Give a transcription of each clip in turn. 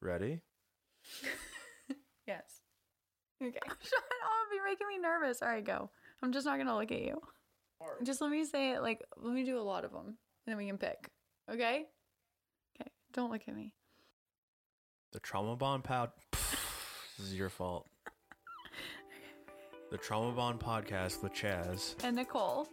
Ready? Yes. Okay. Shut up. You're making me nervous. All right, go. I'm just not going to look at you. Just let me say it like, let me do a lot of them and then we can pick. Okay? Okay. Don't look at me. The trauma bond pod. This is your fault. The trauma bond podcast with Chaz. And Nicole.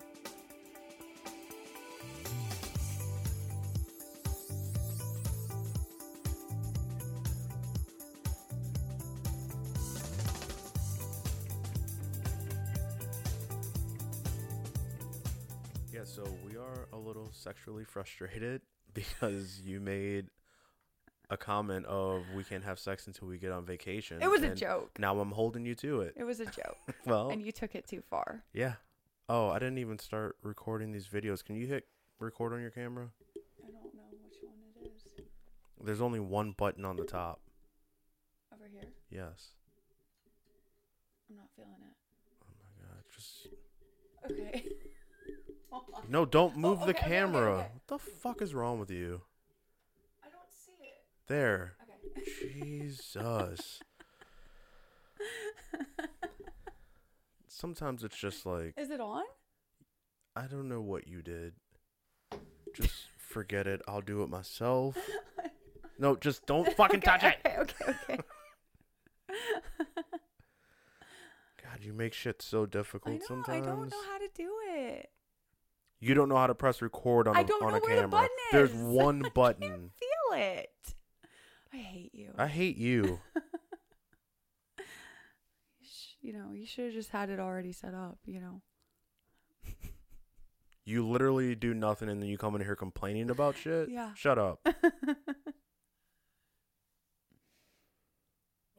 Yeah, so we are a little sexually frustrated because you made a comment of we can't have sex until we get on vacation. It was a and Oh. joke. Now I'm holding you to it. It was a joke. Well, and you took it too far. yeah. Oh, I didn't even start recording these videos. Can you hit record on your camera? I don't know which one it is. There's only one button on the top. Over here. Yes. I'm not feeling it. Oh my god. Just Okay. No, don't move the Oh, okay, okay, okay, camera. okay. What the fuck is wrong with you? I don't see it. There. Okay. Jesus. Sometimes it's just like Is it on? I don't know what you did. Just forget it. I'll do it myself. No, just don't fucking touch it. Okay, okay, okay. God, you make shit so I difficult know. sometimes. I don't know how to do it. You don't know how to press record on a I don't on know a where camera. the button is. There's one I button. can't feel it. I hate you. I hate you. You sh- you know, you should have just had it already set up. You know. You literally do nothing and then you come in here complaining about shit. Yeah. Shut up.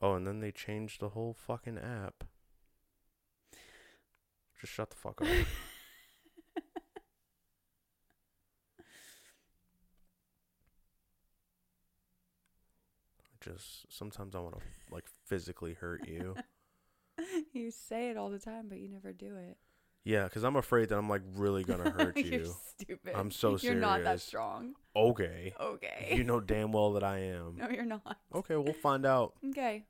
Oh, and then they changed the whole fucking app. Just shut the fuck up. Just sometimes I want to like physically hurt you. you say it all the time, but you never do it. Yeah, because I'm afraid that I'm like really gonna hurt You're you. stupid. I'm so You're not that serious. strong. Okay. Okay. You know damn well that I am. no, you're not. Okay, we'll find out. Okay.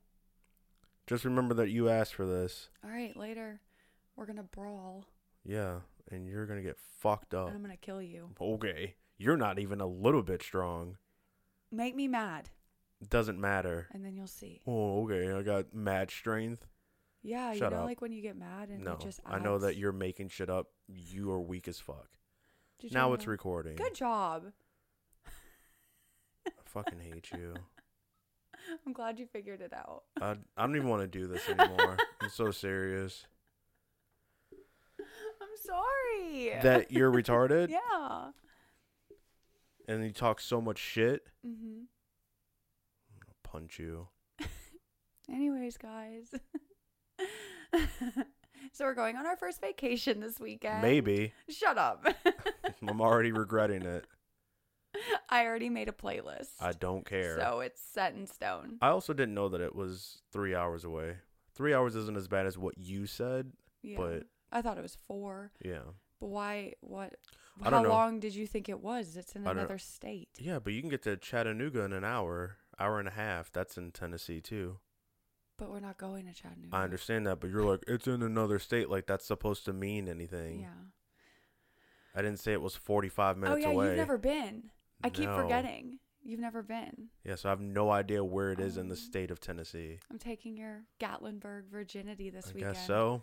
Just remember that you asked for this. All right. Later, we're gonna brawl, Yeah, and you're gonna get fucked up. and I'm gonna kill you. Okay. You're not even a little bit strong. Make me mad, Doesn't matter. and then you'll see. Oh, okay. I got mad strength. Yeah, you Shut know, up. like when you get mad and No. it just. Adds. I know that you're making shit up. You are weak as fuck. Did you now it's know? recording. Good job. I fucking hate you. I'm glad you figured it out. I, I don't even want to do this anymore. I'm so serious. I'm sorry. That you're retarded yeah. and you talk so much shit. hmm I'll punch you. Anyways, guys. so we're going on our first vacation this weekend. Maybe. Shut up. I'm already regretting it. I already made a playlist. I don't care. So it's set in stone. I also didn't know that it was three hours away. Three hours isn't as bad as what you said. yeah. but- I thought it was four. Yeah. But why? What? I how don't know. long did you think it was? It's in I don't- another state. Yeah, but you can get to Chattanooga in an hour, hour and a half. That's in Tennessee too. But we're not going to Chattanooga. I understand that, but you're like, it's in another state. Like that's supposed to mean anything. Yeah. I didn't say it was 45 minutes Oh yeah, away. you've never been. I keep No. forgetting. You've never been. Yeah, so I have no idea where it is in the Um, state of Tennessee. I'm taking your Gatlinburg virginity this I weekend. guess so.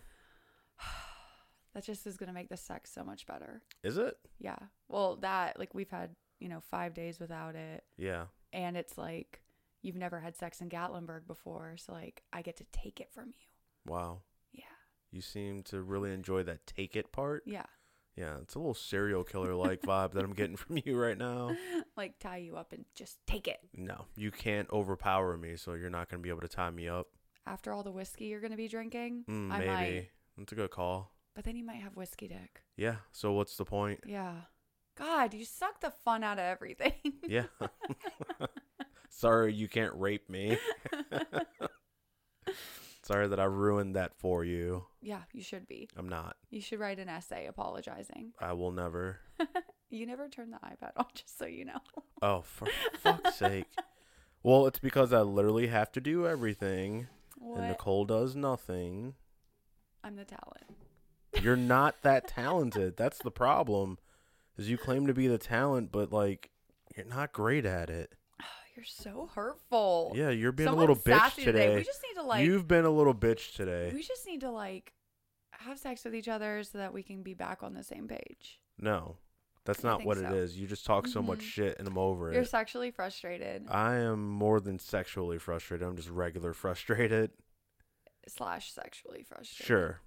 That just is gonna make the sex so much better. Is it? Yeah. Well, that like we've had you know five days without it, Yeah. and it's like you've never had sex in Gatlinburg before, so like I get to take it from you. Wow. Yeah. You seem to really enjoy that take it part. Yeah. Yeah, it's a little serial killer like vibe that I'm getting from you right now. like tie you up and just take it. No, you can't overpower me, so you're not going to be able to tie me up. After all the whiskey you're gonna be drinking, Mm, I maybe. might. That's a good call. But then you might have whiskey dick. Yeah. So what's the point? Yeah. God, you suck the fun out of everything. Yeah. Sorry, you can't rape me. Sorry that I ruined that for you. yeah, you should be. I'm not. You should write an essay apologizing. I will never. You never turn the iPad on, just so you know. Oh, for fuck's sake. Well, it's because I literally have to do everything, and What? Nicole does nothing. I'm the talent. You're not that talented. That's the problem. Is you claim to be the talent, but like you're not great at it. Ah, You're so hurtful. Yeah, you're being Someone's a little bitch sassy today. We just need to like. You've been a little bitch today. We just need to like have sex with each other so that we can be back on the same page. No, that's I not think what it so. is. You just talk so much Mhm. shit, and I'm over You're it. sexually frustrated I am more than sexually frustrated. I'm just regular frustrated. slash sexually frustrated. Sure.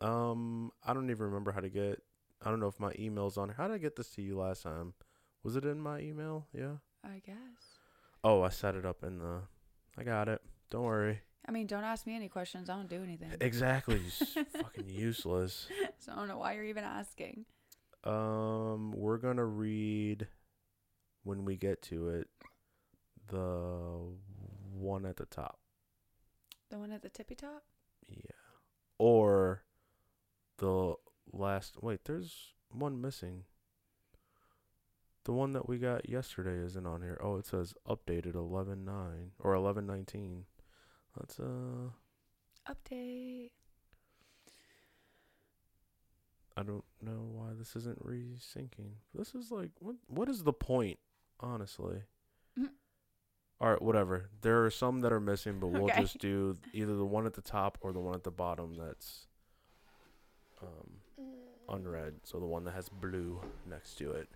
Um, I don't even remember how to get. I don't know if my email's on. How did I get this to you last time? Was it in my email? Yeah. I guess. Oh, I set it up in the. I got it. Don't worry. I mean, don't ask me any questions. I don't do anything. Exactly. you s- fucking useless. So I don't know why you're even asking. Um, we're gonna read when we get to it. The one at the top. The one at the tippy top? Yeah. Or the last wait, there's one missing. The one that we got yesterday isn't on here. Oh, it says updated eleven nine or eleven nineteen. That's uh Update. I don't know why this isn't resyncing. This is like what what is the point, honestly? Mm. All right, whatever. There are some that are missing, but we'll Okay. just do either the one at the top or the one at the bottom that's um Mm. unread. So the one that has blue next to it.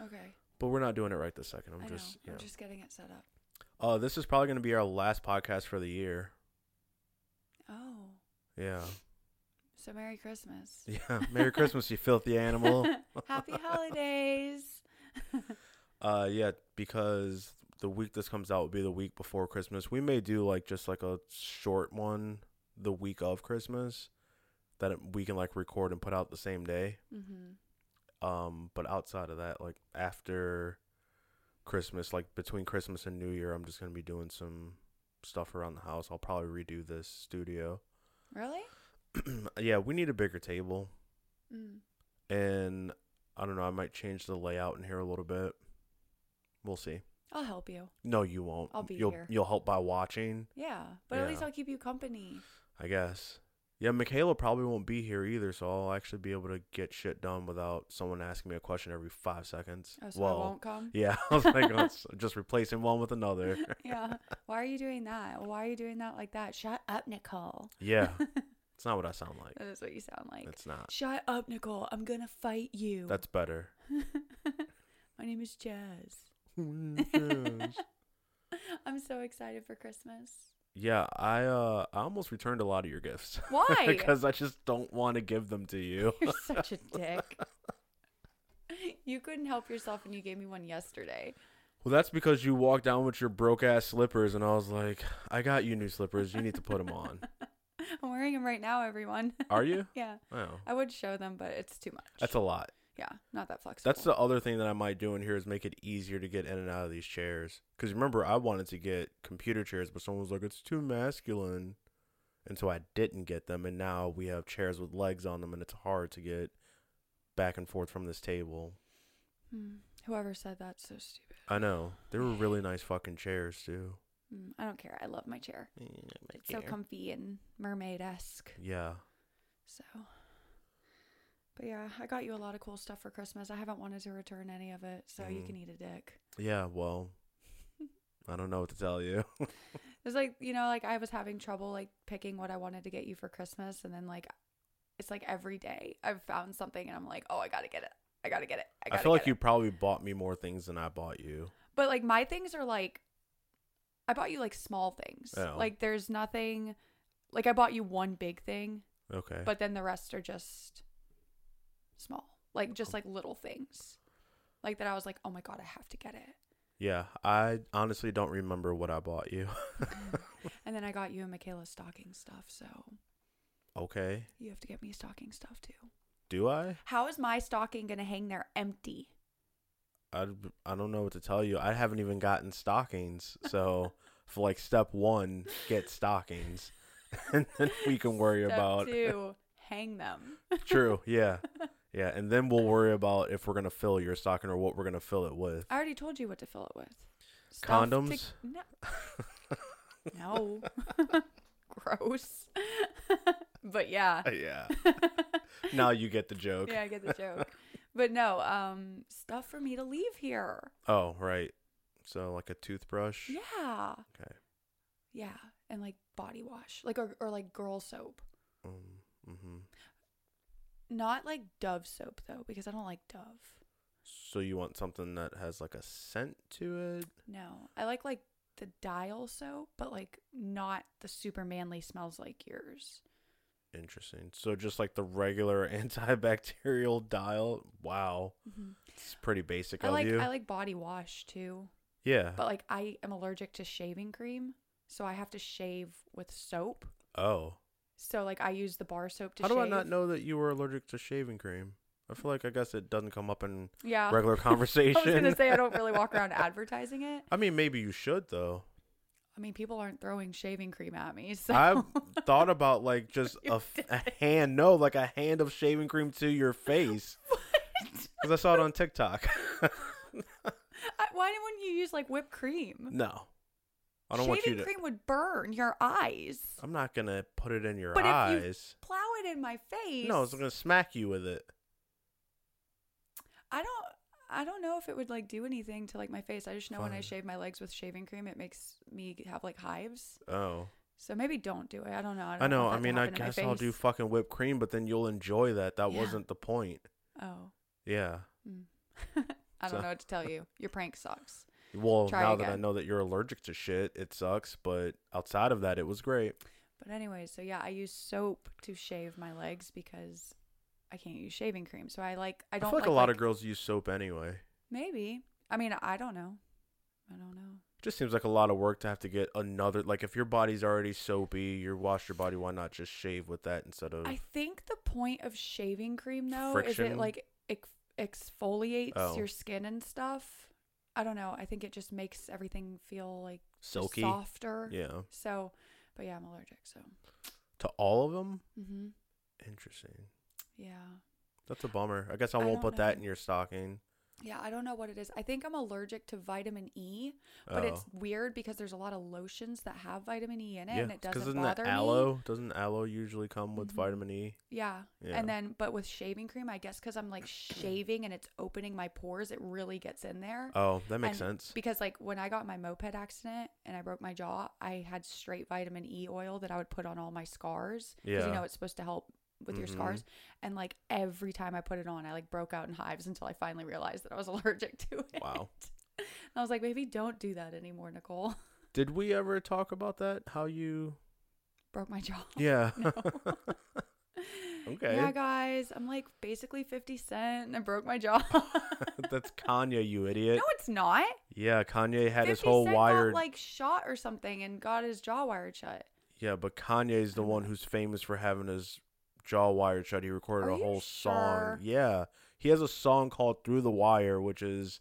Okay. But we're not doing it right this second. i I'm know. just yeah. I'm just getting it set up. uh this is probably gonna be our last podcast for the year. Oh. Yeah. So Merry Christmas. Yeah. Merry Christmas, you filthy animal. Happy holidays. Uh, yeah, because the week this comes out will be the week before Christmas. We may do like just like a short one the week of Christmas that it, we can like record and put out the same day. hmm Um, but outside of that, like after Christmas, like between Christmas and New Year, I'm just gonna be doing some stuff around the house. I'll probably redo this studio. Really? yeah, we need a bigger table, Mm. and I don't know. I might change the layout in here a little bit. We'll see. I'll help you. No, you won't. I'll be you'll, here. You'll help by watching, Yeah. But at least Yeah. I'll keep you company. I guess. Yeah, Michaela probably won't be here either, so I'll actually be able to get shit done without someone asking me a question every five seconds. Oh, so I won't come? yeah, I was like, let's just replacing one with another. yeah. Why are you doing that? Why are you doing that like that? Shut up, Nicole. Yeah, it's not what I sound like. That is what you sound like. It's Oh. not. Shut up, Nicole. I'm going to fight you. That's better. My name is Jazz. I'm so excited for Christmas. yeah, I uh, I almost returned a lot of your gifts Why? because I just don't want to give them to you. You're such a dick. You couldn't help yourself and you gave me one yesterday. Well, that's because you walked down with your broke ass slippers, and I was like, I got you new slippers. You need to put them on. I'm wearing them right now, everyone. Are you? yeah. Wow. I would show them, but it's too much. That's a lot. yeah, not that flexible. That's the other thing that I might do in here is make it easier to get in and out of these chairs. Because remember, I wanted to get computer chairs, but someone was like, it's too masculine. And so I didn't get them. And now we have chairs with legs on them, and it's hard to get back and forth from this table. Hmm. Whoever said that's so stupid. I know. They were really nice fucking chairs, too. Hmm, I don't care. I love my chair. It's so comfy and mermaid esque. yeah. So, but yeah, I got you a lot of cool stuff for Christmas. I haven't wanted to return any of it, so you Mhm. can eat a dick. Yeah, well, I don't know what to tell you. It's like you know, like I was having trouble like picking what I wanted to get you for Christmas, and then like it's like every day I've found something, and I'm like, oh, I gotta get it. I gotta get it. I, I gotta feel like get you it." probably bought me more things than I bought you. But like my things are like, I bought you like small things. Oh. Like there's nothing. Like I bought you one big thing, Okay. but then the rest are just small, like just like little things, like that. I was like, oh my god, I have to get it. yeah, I honestly don't remember what I bought you. And then I got you and Michaela stocking stuff, so okay. you have to get me stocking stuff too. Do I? How is my stocking gonna hang there empty? I, I don't know what to tell you. I haven't even gotten stockings. So, for like step one, get stockings. and then we can worry Step about. two, hang them. True. Yeah. Yeah. And then we'll worry about if we're going to fill your stocking or what we're going to fill it with. I already told you what to fill it with. stuff to- Condoms? no. No. Gross. but yeah. yeah. Now you get the joke. Ah. yeah, I get the joke. But no, um stuff for me to leave here. Oh, right. So like a toothbrush. Yeah. Okay. Yeah. And like body wash. Like or, or like girl soap. Um, hmm Not like Dove soap though, because I don't like Dove. So you want something that has like a scent to it? No. I like like the dial soap, but like not the super manly smells like yours. Interesting. So just like the regular antibacterial dial. Wow, it's pretty basic I of like you. I like body wash too. yeah. But like I am allergic to shaving cream, so I have to shave with soap. oh, So like I use the bar soap to how shave. do I not know that you were allergic to shaving cream? I feel like I guess it doesn't come up in Yeah. regular Ah. I conversation. was gonna say I don't really walk around advertising it. I mean, maybe you should though. I mean, people aren't throwing shaving cream at me, so I thought about like just You a, f- a hand, no, like a hand of shaving cream to your face because I saw it on TikTok. I, why wouldn't you use like whipped cream? no, I don't shaving want you to. cream would burn your eyes. I'm not gonna put it in your But if you- eyes. Plow it in my face. No, it's gonna smack you with it. I don't. I don't know if it would like do anything to like my face. I just know when I Fine. shave my legs with shaving cream, it makes me have like hives. Oh, So maybe don't do it. I don't know. I, don't know. want I that to mean, I happen to my guess I'll do face. fucking whipped cream, but then you'll enjoy that. That Yeah. wasn't the point. Oh, Yeah. mm. I don't So- know what to tell you. Your prank sucks. Well, Try now that I again. know that you're allergic to shit, it sucks. But outside of that, it was great. But anyway, so yeah, I use soap to shave my legs because I can't use shaving cream. So I like I I, don't feel like, like, a lot of like- girls use soap anyway. Maybe I mean I don't know. I don't know. Just seems like a lot of work to have to get another. Like if your body's already soapy, you wash your body. Why not just shave with that instead of? I think the point of shaving cream though is Friction? it like ex- exfoliates Oh. your skin and stuff. I don't know. I think it just makes everything feel like just Silky? softer. yeah. So, but yeah, I'm allergic. So, To all of them. hmm Interesting. yeah. That's a bummer. I guess I I won't don't put that know. in your stocking. Yeah, I don't know what it is. I think I'm allergic to vitamin E, but oh. it's weird because there's a lot of lotions that have vitamin E in it, and it 'cause doesn't isn't that bother me. aloe? Doesn't aloe usually come with Mhm. vitamin E? Yeah. Yeah. and then but with shaving cream, I guess because I'm like shaving and it's opening my pores, it really gets in there. Oh, that makes And sense. Because like when I got my moped accident and I broke my jaw, I had straight vitamin E oil that I would put on all my scars because Yeah. you know it's supposed to help with your Mhm. scars. And like every time I put it on, I like broke out in hives until I finally realized that I was allergic to it. Wow. And I was like, maybe don't do that anymore, Nicole. Did we ever talk about that? How you? Broke my jaw. Yeah. No. okay. Yeah, guys, I'm like basically 50 Cent and I broke my jaw. That's Kanye, you idiot. no, it's not. yeah, Kanye had 50 his whole Cent wired. got like shot or something and got his jaw wired shut. yeah, but Kanye's the I don't one know. who's famous for having his jaw wired shut. He recorded Are a you whole sure? song. Yeah, he has a song called "Through the Wire," which is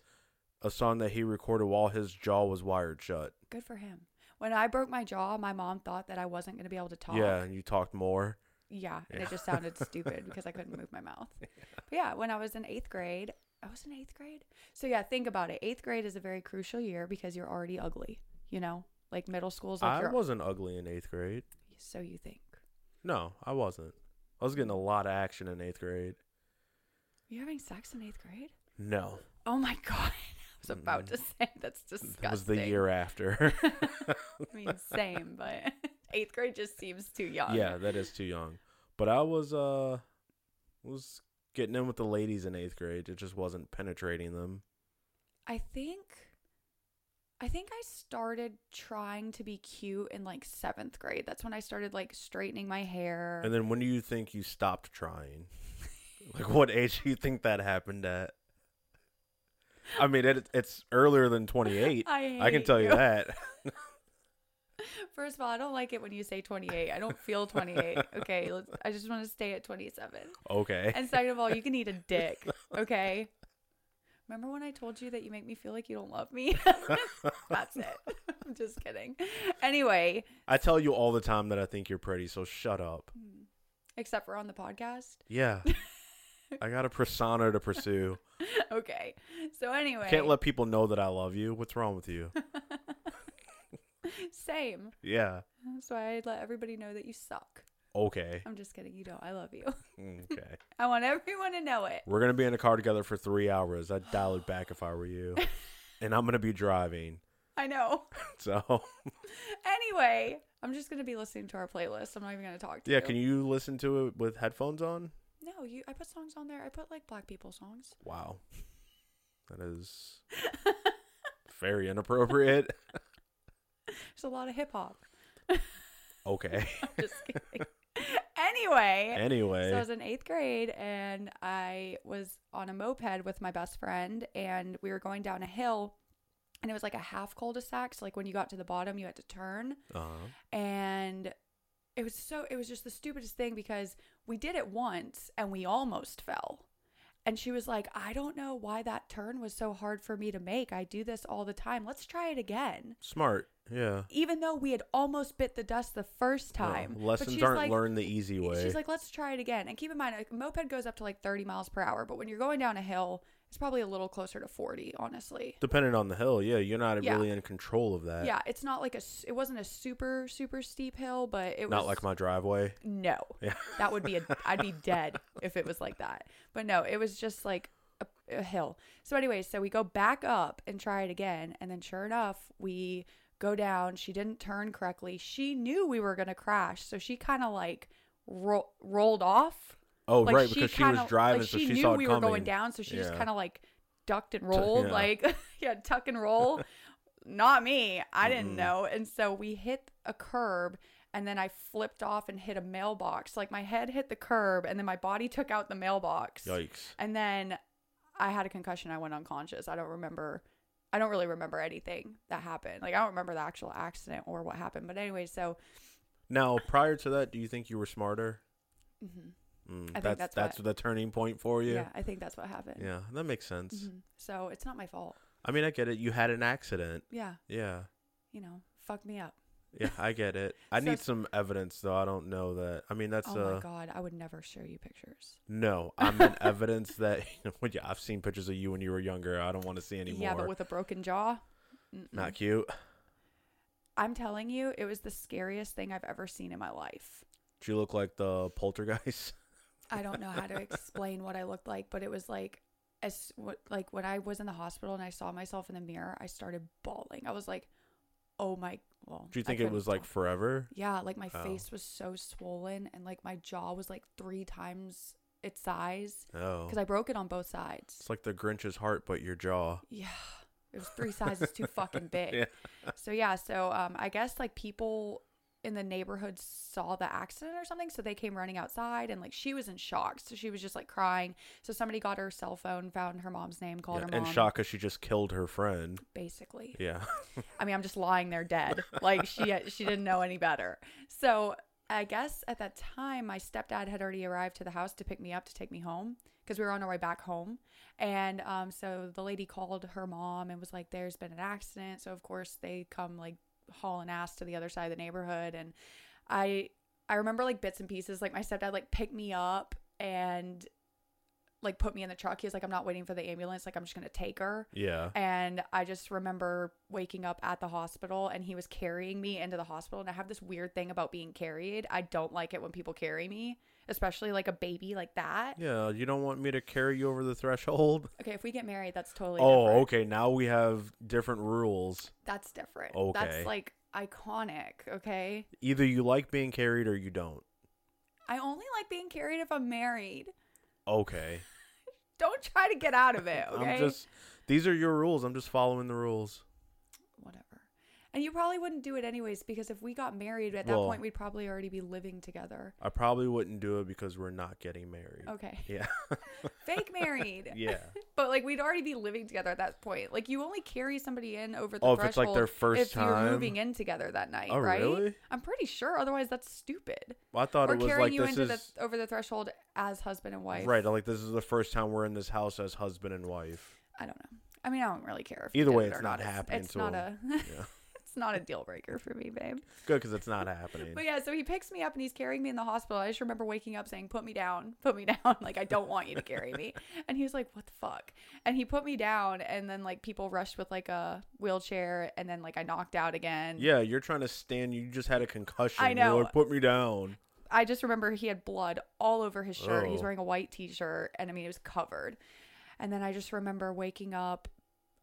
a song that he recorded while his jaw was wired shut. Good for him. When I broke my jaw, my mom thought that I wasn't going to be able to talk. Yeah, and you talked more. Yeah, and Yeah. it just sounded stupid because I couldn't move my mouth. But yeah, when I was in eighth grade, I was in eighth grade. So yeah, think about it. Eighth grade is a very crucial year because you're already ugly. You know, like middle school's like I you're wasn't ugly in eighth grade. so you think. No, I wasn't. I was getting a lot of action in eighth grade. You're having sex in eighth grade? No, Oh my god! I was about Mm. to say that's disgusting. that was the year after. I mean, same, but eighth grade just seems too young. yeah, that is too young. But I was uh was getting in with the ladies in eighth grade. It just wasn't penetrating them. I think, I think I started trying to be cute in like seventh grade. That's when I started like straightening my hair. And then when do you think you stopped trying? like what age do you think that happened at? I mean, it, it's earlier than 28. I, I can hate tell you that. First of all, I don't like it when you say 28. I don't feel 28. Okay, let's, I just want to stay at 27. Okay. And second of all, you can eat a dick. Okay. Remember when I told you that you make me feel like you don't love me? That's it. I'm just kidding. Anyway, I tell you all the time that I think you're pretty, so shut up. except for on the podcast. Yeah. I got a persona to pursue. okay. So anyway, Can't let people know that I love you. What's wrong with you? same. Yeah. So I let everybody know that you suck. Okay. I'm just kidding. You don't. I love you. Okay. I want everyone to know it. We're gonna be in a car together for three hours. I'd dial it back if I were you. And I'm gonna be driving. I know. So Anyway, I'm just gonna be listening to our playlist. I'm not even gonna talk to yeah, you. can you listen to it with headphones on? No, you. I put songs on there. I put like black people songs. Wow. That is very inappropriate. There's a lot of hip hop. Okay. Just kidding. anyway. So I Anyway. was in eighth grade and I was on a moped with my best friend and we were going down a hill and it was like a half cul-de-sac. So like when you got to the bottom, you had to turn. Uh-huh. And it was so it was just the stupidest thing because we did it once and we almost fell. And she was like, I don't know why that turn was so hard for me to make. I do this all the time. Let's try it again. Smart. Yeah. Even though we had almost bit the dust the first Yeah. time. But Lessons she's aren't like, learned the easy way. She's like, let's try it again. And keep in mind, a moped goes up to like 30 miles per hour, but when you're going down a hill, it's probably a little closer to 40, honestly. Depending on the hill, yeah, you're not Yeah. really in control of that. Yeah, it's not like a, s- it wasn't a super, super steep hill, but it was. Not like my driveway. No. Yeah. That would be, a, I'd be dead if it was like that. But no, it was just like a, a hill. So, anyway, so we go back up and try it again. And then, sure enough, we go down. She didn't turn correctly. She knew we were going to crash. So she kind of like ro- rolled off. Oh, like right, she because she kinda, was driving, like, so she, she, knew saw it we coming. were going down so she just Yeah. kind of like ducked and rolled yeah. like yeah tuck and roll not me i didn't Mm-mm. know and so we hit a curb and then i flipped off and hit a mailbox like my head hit the curb and then my body took out the mailbox Yikes! and then i had a concussion i went unconscious i don't remember i don't really remember anything that happened like i don't remember the actual accident or what happened but anyway so Now, prior to that, do you think you were smarter? mhm. Mm, I think that's that's that's what- the turning point for you. yeah Yeah, i think that's what happened that makes sense. Mhm. so it's not my fault I mean, I get it. You had an accident. yeah Yeah, you know, fuck me up. yeah, I get it. I So- need some evidence, though. I don't know that. I mean, that's oh uh, my god, I would never show you pictures. no. I'm an evidence that well, yeah, I've seen pictures of you when you were younger. I don't want to see anymore. Yeah, but with Mm-hmm. a broken jaw. Mm-mm. Not cute. I'm telling you, it was the scariest thing I've ever seen in my life. Do you look like the poltergeist? I don't know how to explain what I looked like, but it was like as what like when I was in the hospital and I saw myself in the mirror, I started bawling. I was like, "Oh my!" Well, Do you I think it couldn't was like talk. forever? Yeah, like my Oh. face was so swollen and like my jaw was like three times its size Oh, because I broke it on both sides. it's like the Grinch's heart, but your jaw. Yeah. It was three sizes too fucking big. Yeah. So yeah, so um I guess like people in the neighborhood saw the accident or something, so they came running outside and like she was in shock. So she was just like crying. So somebody got her cell phone, found her mom's name, called Yeah, her mom. and shocked 'cause she just killed her friend. basically. Yeah. I mean, I'm just lying there dead. Like she uh, she didn't know any better. So I guess at that time, my stepdad had already arrived to the house to pick me up to take me home because we were on our way back home. And um, so the lady called her mom and was like, "There's been an accident." So of course they come like hauling ass to the other side of the neighborhood. And I I remember like bits and pieces. Like my stepdad like picked me up and like put me in the truck. He was like, "I'm not waiting for the ambulance. Like I'm just gonna take her." Yeah. And I just remember waking up at the hospital and he was carrying me into the hospital. And I have this weird thing about being carried. I don't like it when people carry me, especially like a baby like that. Yeah, you don't want me to carry you over the threshold? Okay, if we get married, that's totally oh, different. okay. Now we have different rules. That's different. Okay. That's like iconic, okay? Either you like being carried or you don't. I only like being carried if I'm married. Okay. Don't try to get out of it, okay? I'm just These are your rules. I'm just following the rules. Whatever. And you probably wouldn't do it anyways because if we got married at that Well- point, we'd probably already be living together. I probably wouldn't do it because we're not getting married. Okay. Yeah. Fake married. yeah. But like we'd already be living together at that point. Like you only carry somebody in over the Oh, if it's, threshold like, their first if time? you're moving in together that night, Oh, right? really? I'm pretty sure. Otherwise, that's stupid. Well, I thought Or it was carrying like you this into is the over the threshold as husband and wife. right. Like this is the first time we're in this house as husband and wife. I don't know. I mean, I don't really care. If Either you did way, it it's or not It's- happening It's to not a. Yeah. it's it's not a deal breaker for me, babe. Good, because it's not happening. But yeah, so he picks me up and he's carrying me in the hospital. I just remember waking up saying, "Put me down, put me down." Like I don't want you to carry me. And he was like, "What the fuck?" And he put me down, and then like people rushed with like a wheelchair, and then like I knocked out again. Yeah, you're trying to stand. You just had a concussion. I You're know. like, Put me down. I just remember he had blood all over his shirt. He's Oh. wearing a white t-shirt, and I mean it was covered. And then I just remember waking up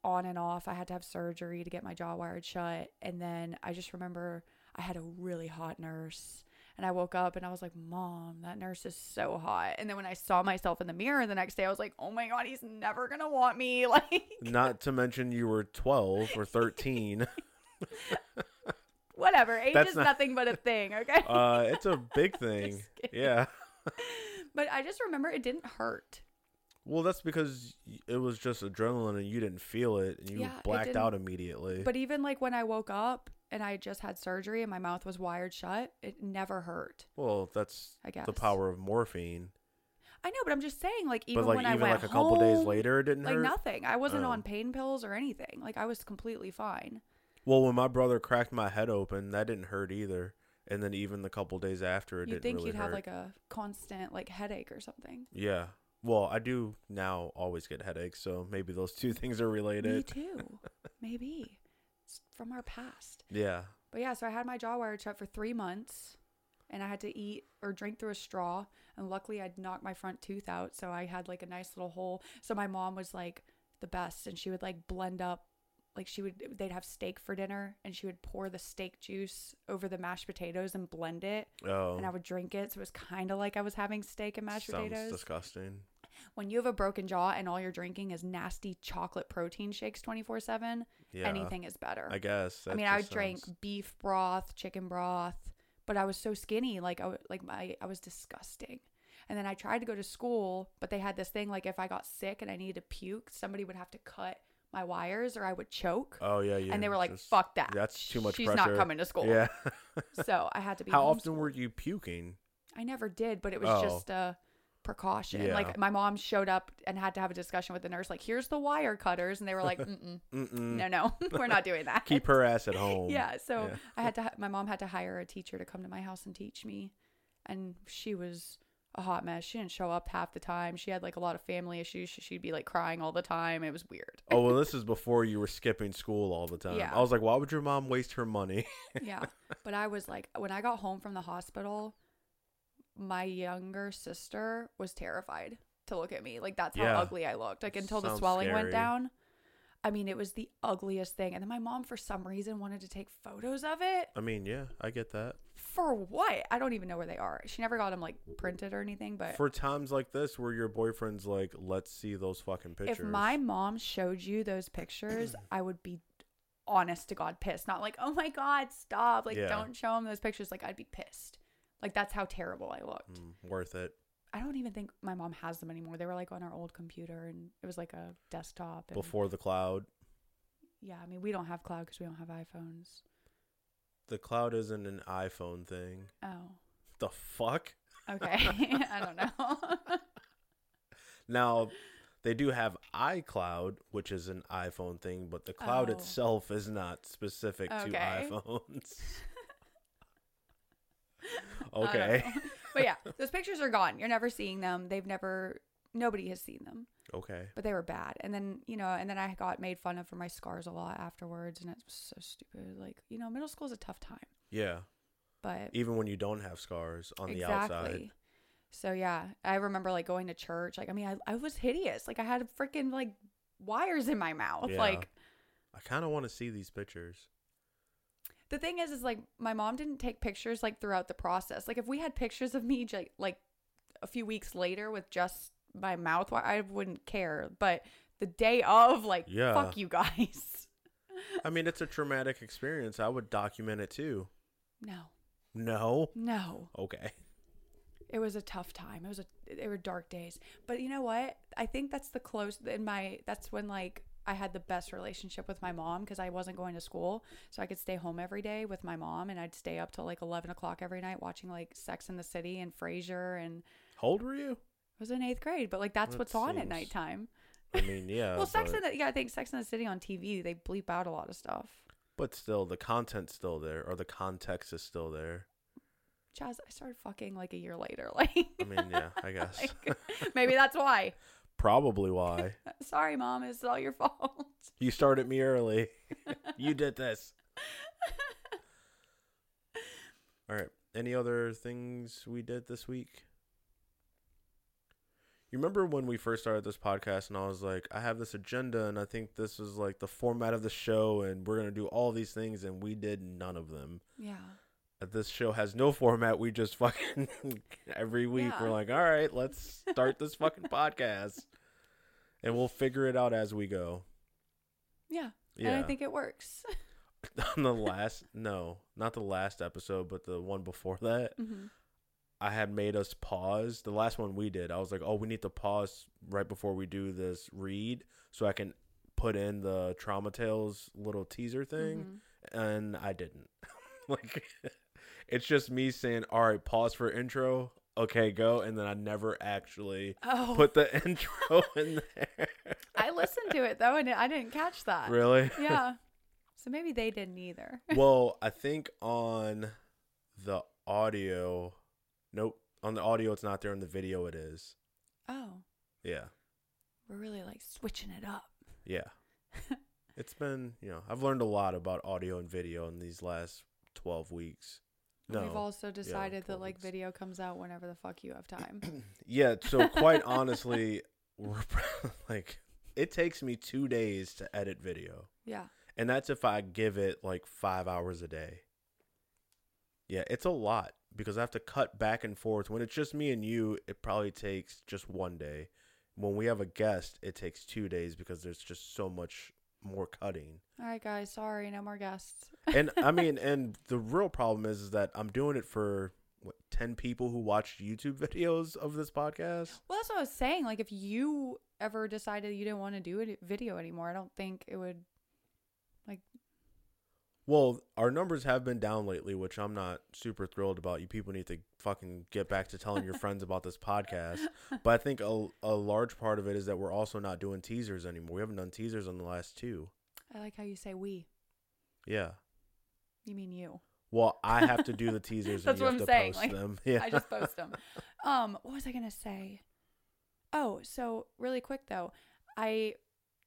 on and off. I had to have surgery to get my jaw wired shut, and then I just remember I had a really hot nurse. And I woke up and I was like, "Mom, that nurse is so hot." And then when I saw myself in the mirror the next day, I was like, "Oh my god, he's never gonna want me." Like, Not to mention you were 12 or 13. whatever. Age That's is not- nothing but a thing, okay? uh, it's a big thing. kidding. Yeah. but I just remember it didn't hurt. Well, that's because y- it was just adrenaline and you didn't feel it and you Yeah, it blacked didn't- out immediately. But even like when I woke up and I just had surgery and my mouth was wired shut, it never hurt. well, that's I the guess. power of morphine. I know, but I'm just saying, like even but like when even I went like a couple days home, later, it didn't like hurt. nothing. I wasn't Oh. on pain pills or anything. Like I was completely fine. Well, when my brother cracked my head open, that didn't hurt either. And then even the couple days after, it You'd didn't think really you'd hurt. have like a constant like headache or something. yeah. Well, I do now always get headaches, so maybe those two things are Me related. too. Maybe it's from our past. Yeah. But yeah, so I had my jaw wired shut for three months, and I had to eat or drink through a straw. And luckily, I'd knocked my front tooth out, so I had like a nice little hole. So my mom was like the best, and she would like blend up, like she would. They'd have steak for dinner, and she would pour the steak juice over the mashed potatoes and blend it, Oh. and I would drink it. So it was kind of like I was having steak and mashed sounds potatoes. disgusting. when you have a broken jaw and all you're drinking is nasty chocolate protein shakes twenty four seven, Yeah. anything is better. I guess. I that mean, I just drank sounds- beef broth, chicken broth, but I was so skinny, like I w- like my I was disgusting. And then I tried to go to school, but they had this thing like if I got sick and I needed to puke, somebody would have to cut my wires or I would choke. Oh yeah, yeah. and they were like, just- "Fuck that! That's too much She's pressure." not coming to school." Yeah. so I had to be. How often homeschooled. were you puking? I never did, but it was Oh. just a precaution. Yeah. Like my mom showed up and had to have a discussion with the nurse. Like, here's the wire cutters, and they were like, Mm-mm, Mm-mm. "No, no, we're not doing that." Keep her ass at home. Yeah, so Yeah. I had to. hi- My mom had to hire a teacher to come to my house and teach me, and she was a hot mess. She didn't show up half the time. She had like a lot of family issues. She- She'd be like crying all the time. It was weird. Oh well, this is before you were skipping school all the time. Yeah. I was like, why would your mom waste her money? yeah, but I was like, when I got home from the hospital, my younger sister was terrified to look at me. Like that's how Yeah. ugly I looked. Like until the Sounds swelling went scary. down. I mean, it was the ugliest thing. And then my mom, for some reason, wanted to take photos of it. I mean, yeah, I get that. For what? I don't even know where they are. She never got them like printed or anything, but For times like this where your boyfriend's like, let's see those fucking pictures. if my mom showed you those pictures, I would be honest to God pissed. Not like, oh my God, stop. Like, Yeah. don't show him those pictures. Like, I'd be pissed. Like, that's how terrible I looked. Mm, worth it. I don't even think my mom has them anymore. They were like on our old computer and it was like a desktop. And, Before the cloud, Yeah, I mean, we don't have cloud because we don't have iPhones. the cloud isn't an iPhone thing. Oh, The fuck? okay. I don't know. Now, they do have iCloud, which is an iPhone thing, but the cloud Oh. itself is not specific to Okay. iPhones. I don't okay. know. Um, but yeah, those pictures are gone. You're never seeing them. They've never, nobody has seen them. Okay. but they were bad. And then, you know, and then I got made fun of for my scars a lot afterwards. And it was so stupid. Like, you know, middle school's a tough time, Yeah. but Even when you don't have scars on the outside. So, yeah, I remember like going to church. Like, I mean, I, I was hideous. Like, I had freaking like wires in my mouth. Yeah. Like, I kind of want to see these pictures. the thing is, is like my mom didn't take pictures like throughout the process. Like, if we had pictures of me like, like a few weeks later with just my mouth, wi- I wouldn't care. But the day of, like, Yeah. fuck you guys. I mean, it's a traumatic experience. I would document it too. No, No. no. Okay. it was a tough time. It was a they were dark days. But you know what? I think that's the close in my that's when like I had the best relationship with my mom because I wasn't going to school, so I could stay home every day with my mom, and I'd stay up till like eleven o'clock every night watching like Sex in the City and Frasier, and How old were you? I was in eighth grade. But like that's That what's on at seems- nighttime. I mean, yeah. well, Sex Oh, but- in the yeah, I think Sex in the City on TV they bleep out a lot of stuff. But still, the content's still there, or the context is still there. Chaz, I started fucking like a year later. Like, I mean, yeah, Oh I guess. like, maybe that's why. Probably why. Sorry, mom, it's all your fault. You started me early. you did this. All right. Any other things we did this week? You remember when we first started this podcast and I was like, I have this agenda and I think this is like the format of the show and we're going to do all these things and we did none of them. Uh, Yeah. This show has no format. We just fucking every week we're Yeah. like, all right, let's start this fucking podcast and we'll figure it out as we go. Yeah. Yeah. And I think it works. on the last no, not the last episode, but the one before that, hmm I had made us pause. The last one we did, I was like, "Oh, we need to pause right before we do this read, so I can put in the Trauma Tales little teaser thing," Mm-hmm. and I didn't. like, it's just me saying, "All right, pause for intro." Okay, go, and then I never actually Oh, put the intro in there. I listened to it though, and I didn't catch that. really? Yeah. So maybe they didn't either. well, I think on the audio, nope, on the audio it's not there. On the video, it is. Oh, Yeah, we're really like switching it up. yeah. it's been, you know, I've learned a lot about audio and video in these last twelve weeks. No, We've also decided that twelve like weeks. video comes out whenever the fuck you have time. yeah. So quite honestly, we're like, it takes me two days to edit video. yeah. And that's if I give it like five hours a day. Yeah, it's a lot because I have to cut back and forth. When it's just me and you, it probably takes just one day. When we have a guest, it takes two days because there's just so much more cutting. All right, guys. Sorry, no more guests. And I mean, and the real problem is, is that I'm doing it for what, 10 people who watch YouTube videos of this podcast. Well, that's what I was saying. Like, if you ever decided you didn't want to do it video anymore, I don't think it would. Well, our numbers have been down lately, which I'm not super thrilled about. You people need to fucking get back to telling your friends about this podcast. But I think a, a large part of it is that we're also not doing teasers anymore. We haven't done teasers on the last two. I like how you say we. Yeah. You mean you? Well, I have to do the teasers and That's you what have I'm to saying, post like, them. Yeah. I just post them. Um, what was I gonna say? Oh, so really quick though, I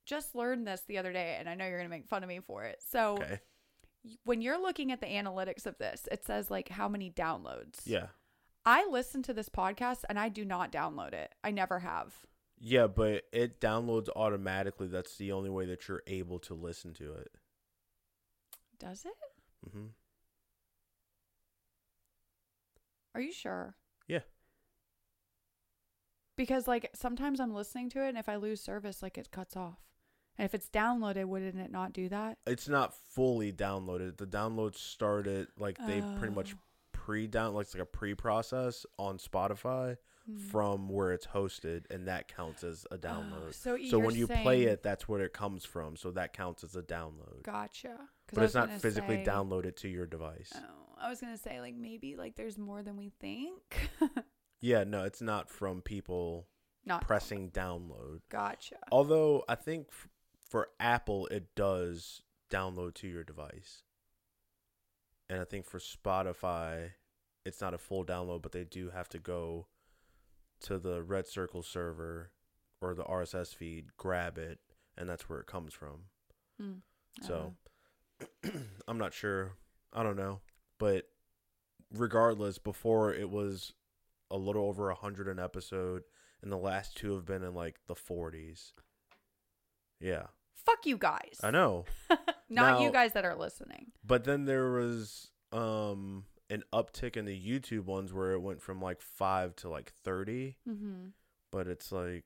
just learned this the other day, and I know you're gonna make fun of me for it. So okay. y- when you're looking at the analytics of this, it says like how many downloads. Yeah. I listen to this podcast and I do not download it. I never have. Yeah, but it downloads automatically. That's the only way that you're able to listen to it. Does it? hmm Are you sure? Yeah. Because like sometimes I'm listening to it and if I lose service, like it cuts off. And if it's downloaded, wouldn't it not do that? It's not fully downloaded. The download started like they pretty much Oh. pre-down like it's like a pre-process on Spotify Hmm. from where it's hosted and that counts as a download. Oh, so so you're when you play saying- it that's where it comes from so that counts as a download. Gotcha. 'Cause I But it's was not gonna physically say- downloaded to your device. Oh, I was gonna say like maybe like there's more than we think. Yeah, no, it's not from people not pressing download. Gotcha. Although I think f- for Apple it does download to your device. And I think for Spotify it's not a full download but they do have to go to the Red Circle server or the RSS feed, grab it and that's where it comes from. Hmm. I don't So know. Uh-huh. I'm not sure. I don't know. But regardless, before it was a little over a hundred an episode, and the last two have been in like the forties. Yeah, fuck you guys. I know. not Now- you guys that are listening. But then there was um an uptick in the YouTube ones where it went from like five to like thirty. Mm-hmm. but it's like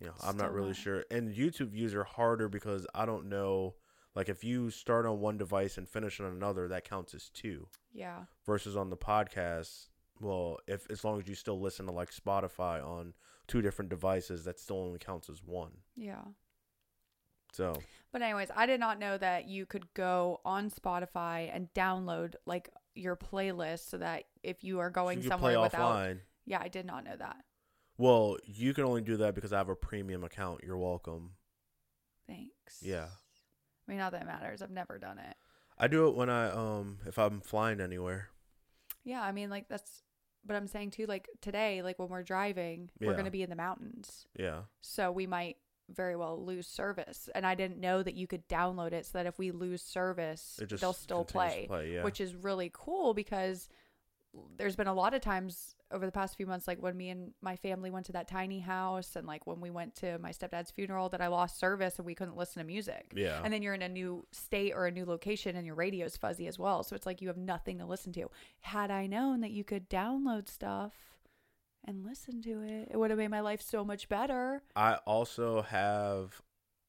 you know i'm not Still really not. sure and youtube views are harder because i don't know like if you start on one device and finish on another that counts as two Yeah. versus on the podcast well if as long as you still listen to like spotify on two different devices that still only counts as one Yeah. so But anyways, I did not know that you could go on Spotify and download like your playlist so that if you are going you can somewhere play without offline Yeah, I did not know that. well you can only do that because i have a premium account you're welcome Thanks. yeah I mean, not that it matters. I've never done it. I do it when I um if I'm flying anywhere. Yeah, I mean, like that's. But I'm saying too, like today, like when we're driving, we're Yeah. going to be in the mountains, Yeah. so we might very well lose service. And I didn't know that you could download it, so that if we lose service, It just they'll still continues play, to play, yeah. which is really cool because there's been a lot of times over the past few months, like when me and my family went to that tiny house, and like when we went to my stepdad's funeral, that I lost service and we couldn't listen to music. Yeah. And then you're in a new state or a new location and your radio's fuzzy as well. So it's like you have nothing to listen to. Had I known that you could download stuff and listen to it, it would have made my life so much better. I also have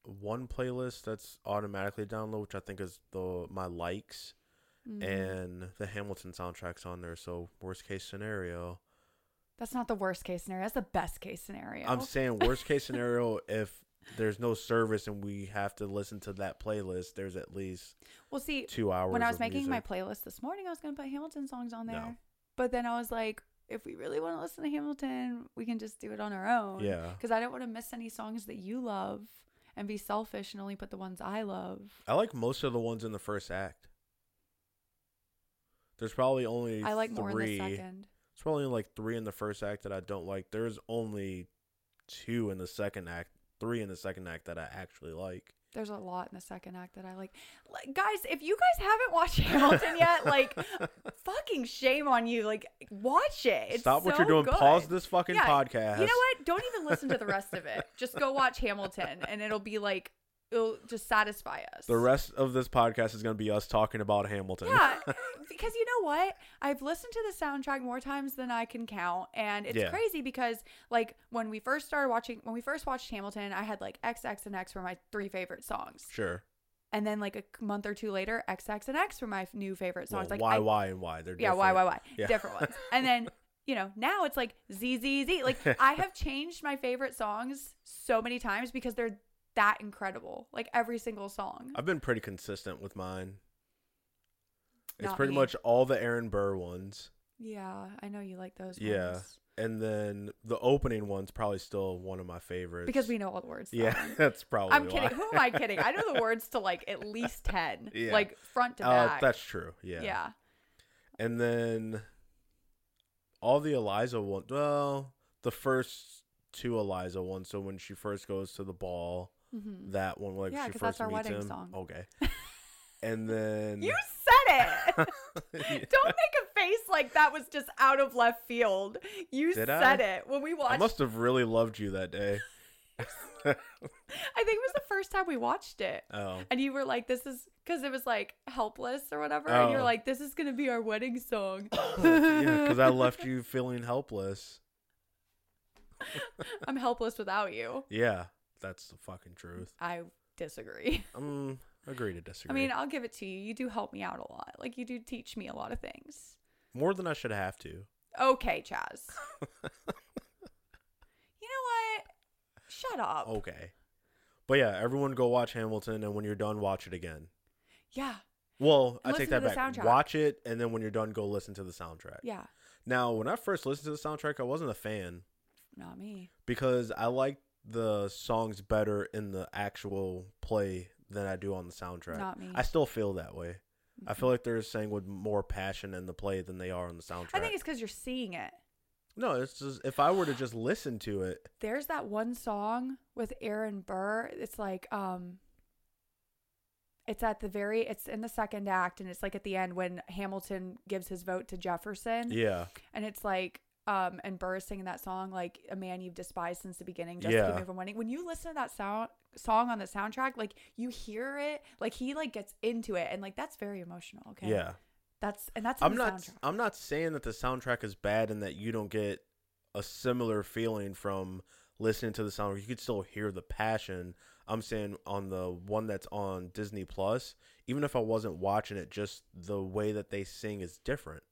one playlist that's automatically download, which I think is the my likes Mm. and the Hamilton soundtracks on there. So worst case scenario, That's not the worst case scenario. That's the best case scenario. I'm saying worst case scenario if there's no service and we have to listen to that playlist. There's at least well, see, two hours. when I was of making my music. playlist this morning, I was going to put Hamilton songs on No. there. But then I was like, if we really want to listen to Hamilton, we can just do it on our own. Yeah. Because I don't want to miss any songs that you love and be selfish and only put the ones I love. I like most of the ones in the first act. There's probably only I like three. more in the second. It's probably only like three in the first act that I don't like. There's only two in the second act, three in the second act that I actually like. There's a lot in the second act that I like. like guys, if you guys haven't watched Hamilton yet, like fucking shame on you. Like watch it. It's Stop what you're so doing. Pause good. this fucking Yeah, podcast. You know what? Don't even listen to the rest of it. Just go watch Hamilton and it'll be like it'll just satisfy us. The rest of this podcast is going to be us talking about Hamilton. Yeah, because you know what? I've listened to the soundtrack more times than I can count, and it's Yeah. crazy because like when we first started watching, when we first watched Hamilton, I had like X X and X were my three favorite songs, sure. and then like a month or two later, X X and X were my f- new favorite Well, songs. like why, I- why, and why? They're yeah, different. why, why, why? Yeah. Different ones. And then, you know, now it's like Z, Z, Z. Like, I have changed my favorite songs so many times because they're that incredible. Like, every single song. I've been pretty consistent with mine. It's Not pretty me. much all the Aaron Burr ones. Yeah, I know you like those Yeah. ones. And then the opening one's probably still one of my favorites. Because we know all the words. to that Yeah, one. that's probably I'm why. kidding. Who am I kidding? I know the words to like at least 10, Yeah. like front to Uh, back. that's true. yeah. And then all the Eliza one well, the first two Eliza ones. So when she first goes to the ball, Mhm. that one like Yeah, she 'cause first that's our meets wedding him. song. Okay. and then You said it. Don't make a face like that was just out of left field. You Did I? said it when we watched. I must have really loved you that day. I think it was the first time we watched it. Oh. And you were like, this is because it was like helpless or whatever. And you were Oh. like, this is going to be our wedding song. yeah, because I left you feeling helpless. I'm helpless without you. Yeah, that's the fucking truth. I disagree. Um, agree to disagree. I mean, I'll give it to you. You do help me out a lot. Like, you do teach me a lot of things. more than I should have to. Okay, Chaz. you know what? Shut up. Okay. But yeah, everyone go watch Hamilton, and when you're done, watch it again. Yeah. Well, And I take listen that to back. the soundtrack. Watch it, and then when you're done, go listen to the soundtrack. Yeah. Now, when I first listened to the soundtrack, I wasn't a fan Not me. because I like the songs better in the actual play than I do on the soundtrack. Not me. Mm-hmm. I still feel that way. I feel like they're saying with more passion in the play than they are on the soundtrack. I think it's because you're seeing it. no, it's just if I were to just listen to it, there's that one song with Aaron Burr. It's like um it's at the very it's in the second act and it's like at the end when Hamilton gives his vote to Jefferson yeah, and it's like um and Burr is singing that song like a man you've despised since the beginning just to Yeah. keep me from winning. When you listen to that sound song on the soundtrack, like you hear it, like he like gets into it and like that's very emotional, okay? yeah. That's and that's in I'm the not soundtrack. I'm not saying that the soundtrack is bad and that you don't get a similar feeling from listening to the soundtrack. You could still hear the passion. I'm saying on the one that's on Disney Plus, even if I wasn't watching it, just the way that they sing is different.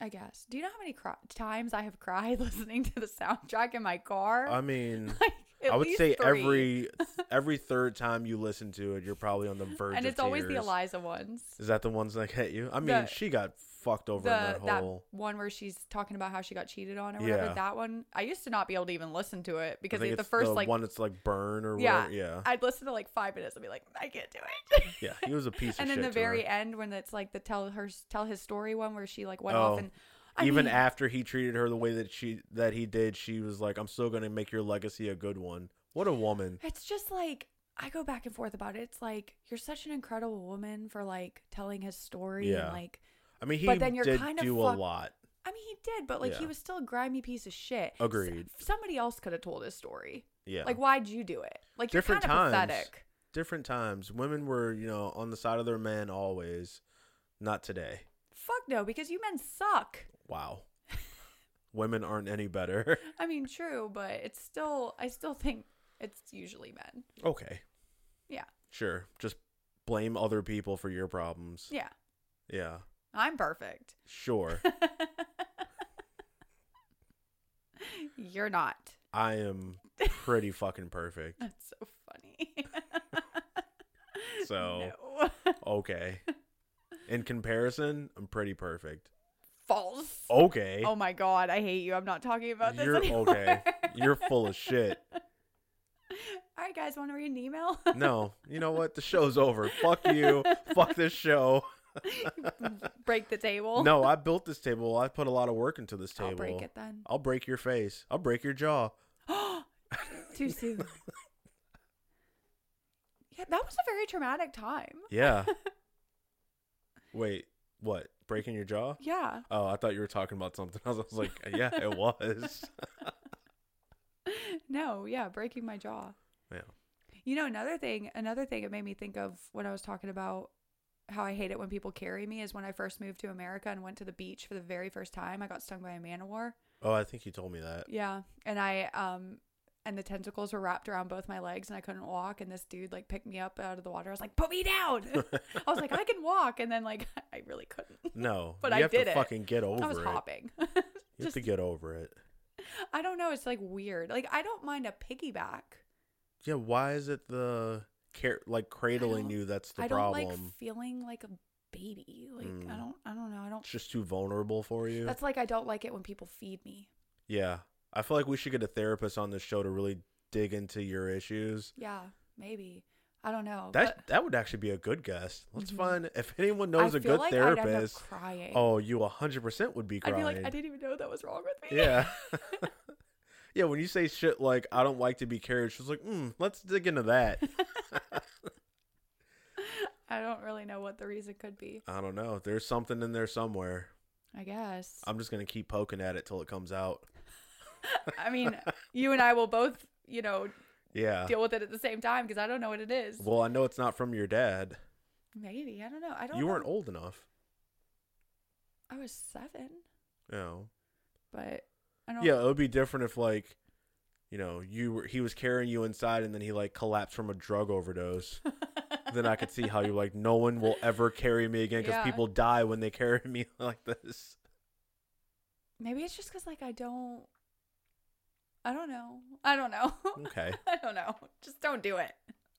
I guess. Do you know how many cry- times I have cried listening to the soundtrack in my car? I mean, like At I would least say three. every every third time you listen to it, you're probably on the verge. And of it's always the tears. Eliza ones. Is that the ones that hit you? I mean, The- she got fucked over The, in that that, whole. one where she's talking about how she got cheated on or whatever. Yeah. That one, I used to not be able to even listen to it I because think it, the it's first the like one that's like burn or Yeah. whatever. Yeah, I'd listen to like five minutes and be like, I can't do it. yeah. He was a piece of and shit. then the to very her. end when it's like the tell her tell his story one where she like went Oh. off and I even mean, after he treated her the way that she that he did, she was like, "I'm still gonna make your legacy a good one." What a woman! it's just like I go back and forth about it. It's like you're such an incredible woman for like telling his story Yeah. and like I mean, he But then you're did kind of do a fuck- lot. I mean he did, but like he Yeah. was still a grimy piece of shit. S- Agreed. somebody else could have told his story. Yeah, Like why'd you do it? Like you're Different kind of times. pathetic. different times. Women were, you know, on the side of their man always. Not today. Fuck no, because you men suck. Wow. Women aren't any better. I mean, true, but it's still I still think it's usually men. okay. Yeah. Sure. Just blame other people for your problems. Yeah. Yeah. I'm perfect. Sure. You're not. I am pretty fucking perfect. That's so funny. So, No. okay. In comparison, I'm pretty perfect. false. Oh. Okay. my god, I hate you. I'm not talking about this You're anymore. okay. You're full of shit. All right, guys, want to read an email? No. You know what? The show's over. Fuck you. Fuck this show. break the table. No, I built this table. I put a lot of work into this table. I'll break it then. I'll break your face. I'll break your jaw. Too soon. yeah, that was a very traumatic time. Yeah. Wait, what? Breaking your jaw? Yeah. Oh, I thought you were talking about something else. I was like, yeah, it was. No, yeah, breaking my jaw. yeah. You know, another thing, another thing it made me think of when I was talking about how I hate it when people carry me is when I first moved to America and went to the beach for the very first time. I got stung by a man o' war. Oh, I think you told me that. Yeah. And I, um, and the tentacles were wrapped around both my legs and I couldn't walk. And this dude like picked me up out of the water. I was like, put me down. I was like, I can walk. And then like, I really couldn't. No, But you I have did to it. fucking get over I was it. hopping. You have to get over it. I don't know. It's like weird. Like, I don't mind a piggyback. Yeah, why is it the care like cradling don't- you that's the I don't problem? like feeling like a baby. Like, I Mm. don't, I don't know. I don't it's just too vulnerable for you. That's like I don't like it when people feed me. yeah. I feel like we should get a therapist on this show to really dig into your issues. Yeah, maybe. I don't know. That Oh, but that would actually be a good guest. Let's Mhm. find if anyone knows I a feel good like I'd end up therapist. crying. Oh, you 100% would be I'd crying. be like, I didn't even know that was wrong with me. Yeah. yeah, when you say shit like, I don't like to be carried, she's like, mm, let's dig into that. I don't really know what the reason could be. I don't know. There's something in there somewhere. I guess. I'm just going to keep poking at it till it comes out. I mean, you and I will both, you know, Yeah. deal with it at the same time because I don't know what it is. Uh. Well, I know it's not from your dad. Maybe I don't know. I don't. You know. weren't old enough. I was seven, You know. but I don't. Yeah, it would be different if like, you know, you were he was carrying you inside and then he like collapsed from a drug overdose. then I could see how you're like, no one will ever carry me again because Yeah. people die when they carry me like this. Maybe it's just because like I don't. I don't know. I don't know. Okay. I don't know. Just don't do it.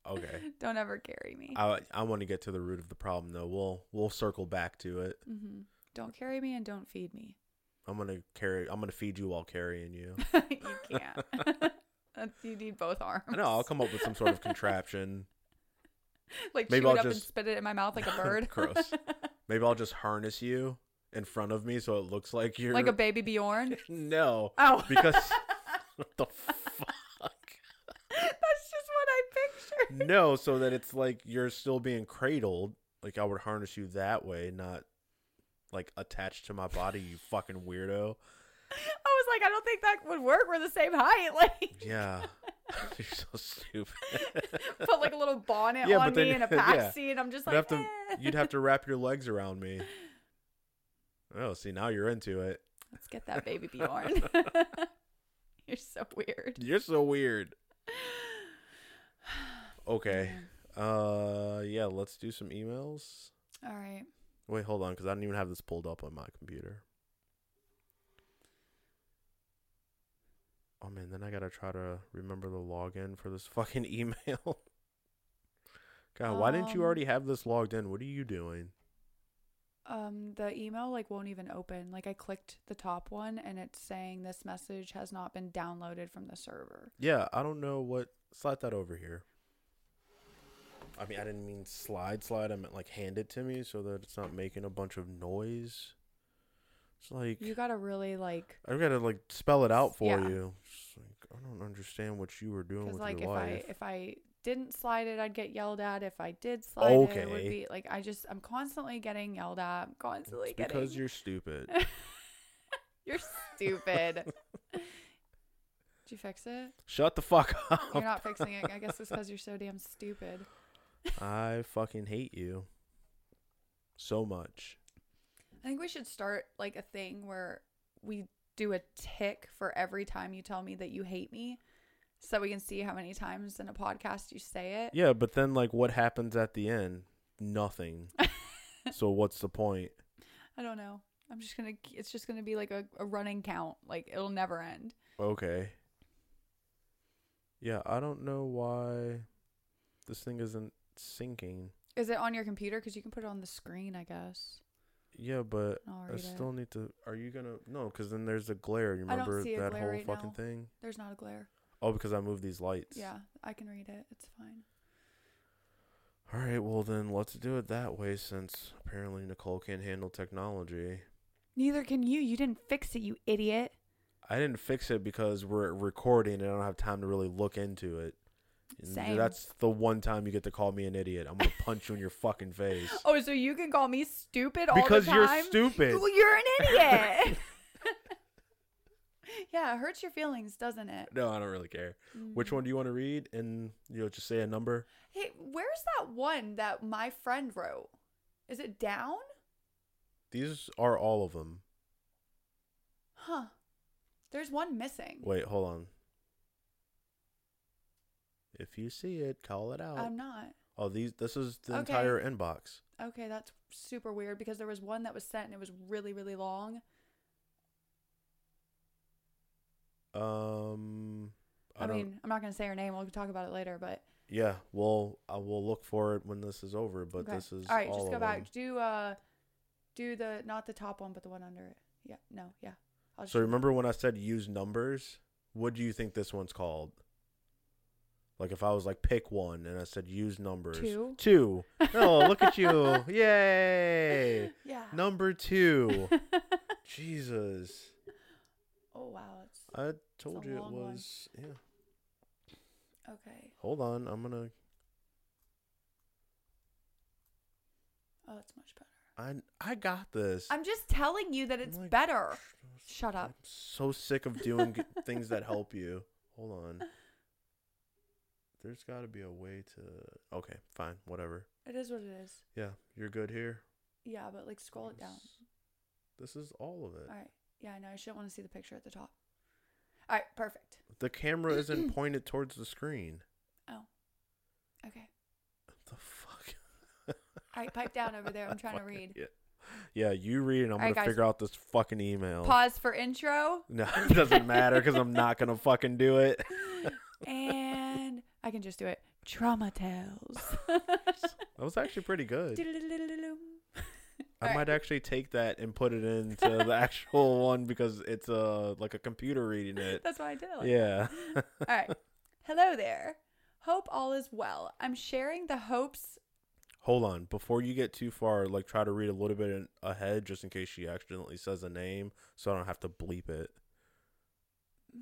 Okay. Don't ever carry me. I I want to get to the root of the problem though. We'll we'll circle back to it. Mm-hmm. Don't carry me and don't feed me. I'm gonna carry. I'm gonna feed you while carrying you. you can't. That's, you need both arms. I know. I'll come up with some sort of contraption. like maybe chew it I'll up and just- spit it in my mouth like a bird. Gross. Maybe I'll just harness you in front of me so it looks like you're like a baby Bjorn. no Oh, because what the fuck that's just what I pictured. no so that it's like you're still being cradled. Like I would harness you that way, not like attached to my body. You fucking weirdo. I was like, I don't think that would work. We're the same height. Like, Yeah. You're so stupid. put like a little bonnet Yeah, on but then- me and a pack yeah. seat. I'm just You'd like, have to eh. you'd have to wrap your legs around me. Oh, see now you're into it. Let's get that baby Bjorn. You're so weird. You're so weird. Okay. Man. Uh yeah, let's do some emails. All right. Wait, hold on cuz I don't even have this pulled up on my computer. Oh man, then I gotta try to remember the login for this fucking email. God, why didn't you Um, already have this logged in? What are you doing? Um, the email like won't even open. Like I clicked the top one and it's saying this message has not been downloaded from the server. Yeah, I don't know what. Slide that over here. I mean, I didn't mean slide, slide. I meant like hand it to me so that it's not making a bunch of noise. It's like You gotta really like I've got to like spell it out for Yeah. you. It's like, I don't understand what you were doing because with like if your I life. if I didn't slide it, I'd get yelled at. If I did slide it, it would Okay. be like I just I'm constantly getting yelled at. I'm constantly It's because getting you're stupid. you're stupid. Did you fix it? Shut the fuck up. You're not fixing it. I guess it's because you're so damn stupid. I fucking hate you so much. I think we should start like a thing where we do a tick for every time you tell me that you hate me so we can see how many times in a podcast you say it. Yeah, but then like what happens at the end? Nothing. so what's the point? I don't know. I'm just going to, it's just going to be like a, a running count. Like it'll never end. Okay. Yeah, I don't know why this thing isn't syncing. Is it on your computer? Because you can put it on the screen, I guess. Yeah, but I'll I read still it. need to. Are you gonna no? Because then there's a glare. You I don't remember see a that glare whole right fucking now. thing? There's not a glare. Oh, because I moved these lights. Yeah, I can read it. It's fine. All right. Well, then let's do it that way. Since apparently Nicole can't handle technology. Neither can you. You didn't fix it, you idiot. I didn't fix it because we're recording and I don't have time to really look into it. And Same. That's the one time you get to call me an idiot. I'm gonna punch you in your fucking face Oh, so you can call me stupid all because the you're time? stupid. Well, you're an idiot. yeah, it hurts your feelings, doesn't it? No, I don't really care. Mm. Which one do you want to read? And you know, just say a number. Hey, where's that one that my friend wrote? Is it down? These are all of them. Huh. There's one missing. Wait, hold on. If you see it, call it out. I'm not. oh, these. This is the Okay. entire inbox. Okay, that's super weird because there was one that was sent and it was really, really long. Um, I, I, don't. mean, I'm not going to say her name. We'll talk about it later, but yeah. Well, I will look for it when this is over. But okay. this is All right, All just of go back. them. Do uh do the not the top one, but the one under it. Yeah. No, yeah. I'll just So remember when I said use numbers? What do you think this one's called? Like if I was like pick one and I said use numbers. Two? Two. Oh, look at you! Yay! Yeah. Number two. Jesus. oh wow, it's I told you it long one. was. Yeah. okay. Hold on. I'm gonna. Oh, it's much better. I I got this. I'm just telling you that it's like, better. Shut I'm up. so sick of doing g- things that help you. Hold on. There's got to be a way to. Okay, fine, whatever. It is what it is. Yeah, you're good here. Yeah, but like scroll it down. This- This is all of it. All right. Yeah, I know. I shouldn't want to see the picture at the top. All right, perfect. The camera isn't pointed towards the screen. Okay. The fuck. All right, pipe down over there. I'm trying to Fucking- read. Yeah. Yeah, you read, and I'm All right, gonna guys. figure out this fucking email. Pause for intro, No, it doesn't matter because I'm not gonna fucking do it. and I can just do it. Trauma tales. That was actually pretty good. Doodle-doodle-doodle-doom. I All right. might actually take that and put it into the actual one because it's uh like a computer reading it. That's why I did it. like Yeah. All right. Hello there. Hope all is well. I'm sharing the hopes. Hold on, before you get too far, like try to read a little bit in, ahead just in case she accidentally says a name, so I don't have to bleep it.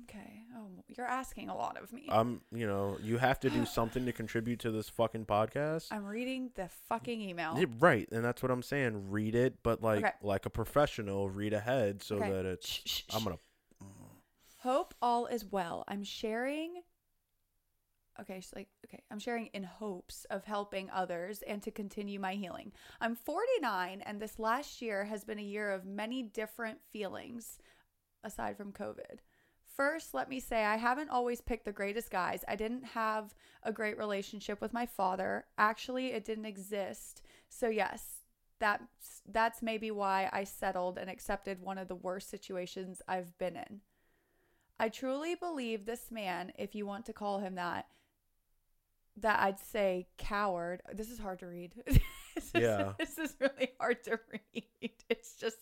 Okay. Oh, you're asking a lot of me. I'm, you know, you have to do something to contribute to this fucking podcast. I'm reading the fucking email. Yeah, right, and that's what I'm saying. Read it, but like Okay. like a professional, read ahead so Okay. that it's. Shh, shh, shh. I'm gonna. Hope all is well. I'm sharing. Okay, she's like, okay, I'm sharing in hopes of helping others and to continue my healing. I'm 49, and this last year has been a year of many different feelings aside from COVID. First, let me say I haven't always picked the greatest guys. I didn't have a great relationship with my father. Actually, it didn't exist. So, yes, that's, that's maybe why I settled and accepted one of the worst situations I've been in. I truly believe this man, if you want to call him that, that I'd say coward. This is hard to read. this Yeah. Is, this is really hard to read. It's just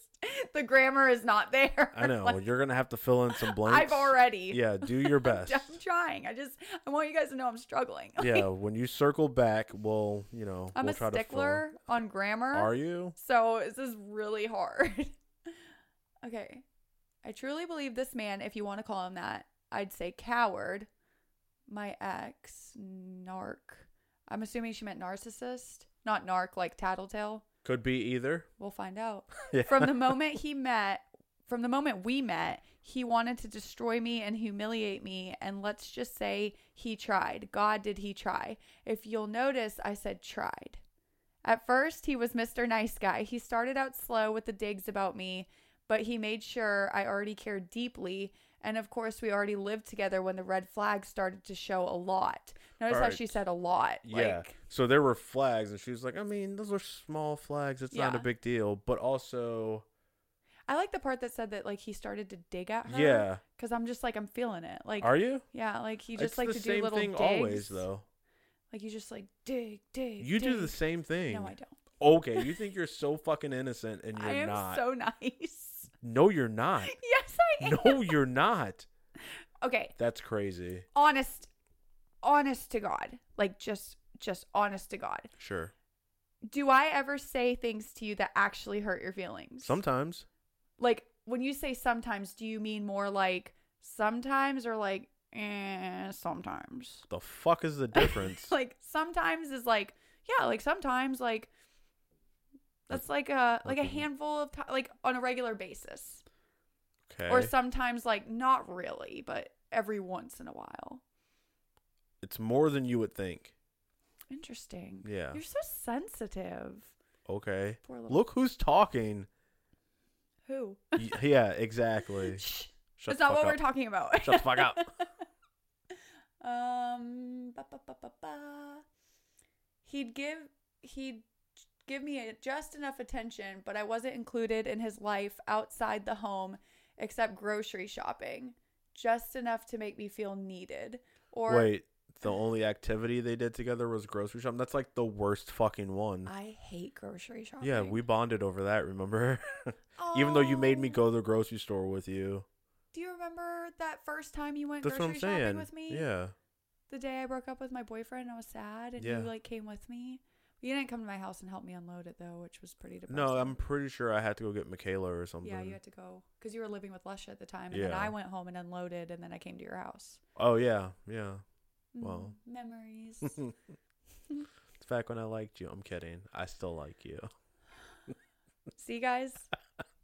the grammar is not there. I know. Like, You're gonna have to fill in some blanks. I've already. Yeah, do your best. I'm trying. I just I want you guys to know I'm struggling. yeah, when you circle back, we'll you know I'm we'll a try stickler on grammar. to fill. Are you? So this is really hard. okay. I truly believe this man, if you want to call him that, I'd say coward. My ex, narc. I'm assuming she meant narcissist, not narc like tattletale. Could be either. We'll find out. Yeah. From the moment he met, from the moment we met, he wanted to destroy me and humiliate me. And let's just say he tried. God, did he try? If you'll notice, I said tried. At first, he was Mr. Nice Guy. He started out slow with the digs about me, but he made sure I already cared deeply. And of course, we already lived together when the red flags started to show a lot. Notice how Alright. she said a lot. yeah. Like, So there were flags, and she was like, "I mean, those are small flags. It's not a Yeah. big deal." But also, I like the part that said that like he started to dig at her. yeah. because I'm just like I'm feeling it. Like Are you? yeah, like you just it's like the to same do little thing digs. always, though. Like you just like dig, dig. You do dig. the same thing. No, I don't. Okay, you think you're so fucking innocent, and you're I am not. so nice. no, you're not. yes, I am. no, you're not. Okay, That's crazy. honest, honest to God, like just, just honest to God. Sure. Do I ever say things to you that actually hurt your feelings? Sometimes. like when you say sometimes, do you mean more like sometimes or like eh, sometimes? The fuck is the difference? like sometimes is like yeah like sometimes like that's like a like a Okay. handful of time like on a regular basis okay. or sometimes like not really but every once in a while it's more than you would think. interesting Yeah. you're so sensitive Okay. poor little Look who's talking. who Y- yeah, exactly. Shh, Shut that's the not fuck up. what we're talking about Shut the fuck up. um ba, ba, ba, ba, ba. he'd give he'd give me a, just enough attention but i wasn't included in his life outside the home except grocery shopping just enough to make me feel needed or Wait, the only activity they did together was grocery shopping. That's like the worst fucking one. i hate grocery shopping Yeah, we bonded over that, remember? Even though you made me Oh, go to the grocery store with you. do you remember that first time you went That's what grocery I'm saying. shopping with me Yeah. the day i broke up with my boyfriend i was sad and Yeah. you like came with me you didn't come to my house and help me unload it though which was pretty depressing No, I'm pretty sure I had to go get Michaela or something. Yeah, you had to go because you were living with Lusha at the time, and then Yeah. I went home and unloaded, and then I came to your house. oh yeah, yeah. Wow. Mm, memories. It's back when I liked you. I'm kidding. I still like you. See, guys,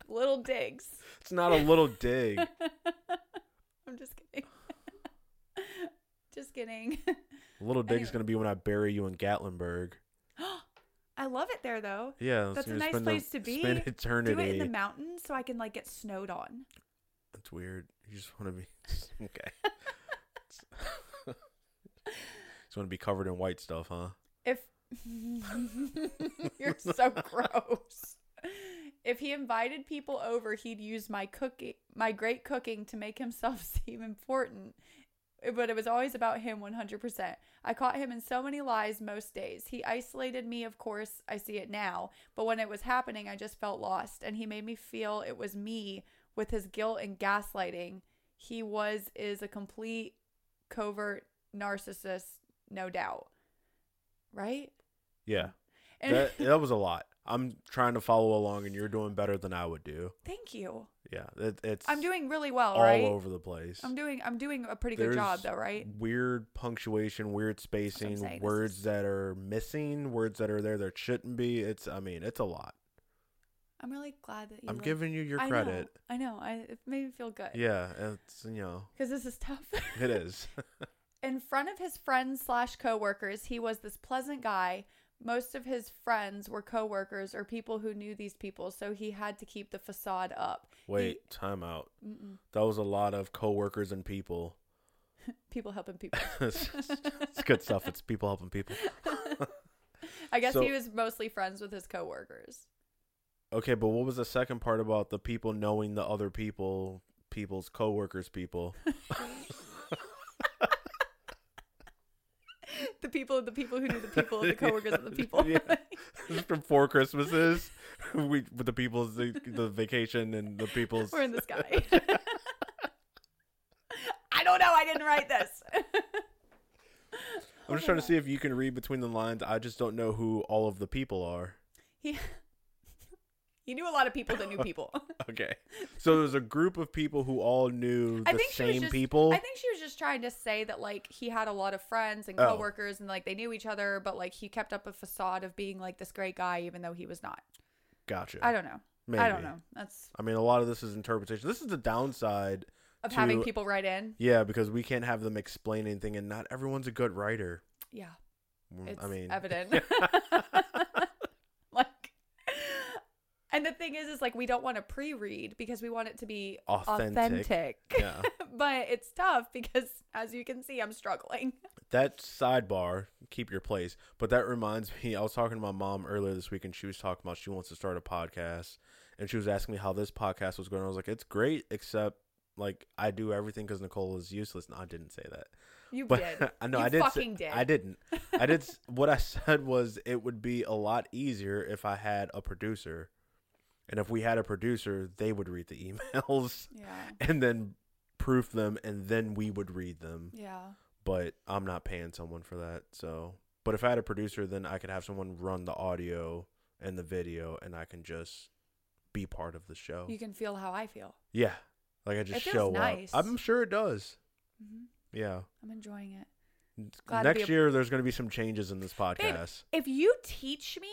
little digs. It's not a little dig. I'm just kidding. just kidding. Little dig's Anyway. gonna be when I bury you in Gatlinburg. I love it there though. Yeah, it's That's a gonna nice spend the- place to be. Spend eternity. Do it in the mountains so I can like get snowed on. That's weird. You just want to be okay. just want to be covered in white stuff, huh? If you're so gross. If he invited people over, he'd use my cooking, my great cooking, to make himself seem important. But it was always about him 100%. I caught him in so many lies most days. He isolated me, of course. I see it now. But when it was happening, I just felt lost. And he made me feel it was me with his guilt and gaslighting. He was, is a complete covert narcissist, no doubt. Right? Yeah, And- that, that was a lot. I'm trying to follow along, and you're doing better than I would do. Thank you. Yeah, it, it's I'm doing really well, all right? over the place. I'm doing I'm doing a pretty There's good job though, right? Weird punctuation, weird saying, spacing, this is- words that are missing, words that are there that shouldn't be. It's, I mean, it's a lot. I'm really glad that you I'm like- giving you your I know, credit. I know. I it made me feel good. Yeah, it's you know, Cuz this is tough. it is. in front of his friends slash coworkers, he was this pleasant guy. Most of his friends were coworkers or people who knew these people, so he had to keep the facade up. He- Wait, time out. Mm-mm. That was a lot of coworkers and people. people helping people. it's it's good stuff. It's people helping people. I guess So- he was mostly friends with his coworkers. Okay, but what was the second part about the people knowing the other people people's coworkers people. The people, of the people who knew the people, of the coworkers of the people. Yeah. from four Christmases. We with the people's the, the vacation and the people's We're in the sky. I don't know. I didn't write this. I'm just trying to see if you can read between the lines. I just don't know who all of the people are. He, he knew a lot of people that knew people. Okay. So there's a group of people who all knew the I think she was same just, people. I think she was just trying to say that like he had a lot of friends and Oh. coworkers and like they knew each other, but like he kept up a facade of being like this great guy even though he was not. gotcha. I don't know. Maybe. I don't know. That's I mean, a lot of this is interpretation. This is the downside. of To- having people write in. Yeah, because we can't have them explain anything, and not everyone's a good writer. Yeah. Mm, It's I mean, evident. like, and the thing is, is like we don't want to pre-read because we want it to be Authentic. authentic. yeah. but it's tough because, as you can see, I'm struggling. that sidebar, keep your place. But that reminds me, I was talking to my mom earlier this week, and she was talking about she wants to start a podcast, and she was asking me how this podcast was going. I was like, it's great, except like I do everything because Nicole is useless. No, I didn't say that, You but did. I know You I did. fucking say, did. I didn't. I did. s- what I said was it would be a lot easier if I had a producer, and if we had a producer, they would read the emails Yeah. and then proof them, and then we would read them Yeah. but I'm not paying someone for that. So, but if I had a producer, then I could have someone run the audio and the video, and I can just be part of the show. You can feel how I feel. yeah, like I just feels show nice. up. I'm sure it does. Mhm. Yeah. I'm enjoying it. N- Glad to Next be a- year, there's going to be some changes in this Babe, podcast. if you teach me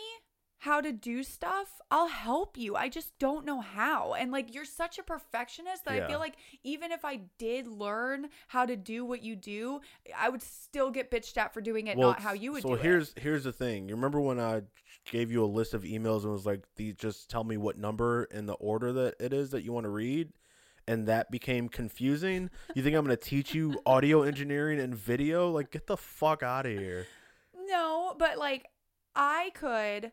how to do stuff, I'll help you. I just don't know how. And like you're such a perfectionist that Yeah. I feel like even if I did learn how to do what you do, I would still get bitched at for doing it not how it's- you would so do here's it. here's the thing. You remember when I gave you a list of emails and was like, "These just tell me what number and the order that it is that you want to read," and that became confusing. You think I'm going to teach you audio engineering and video? Like, get the fuck out of here. No, but like I could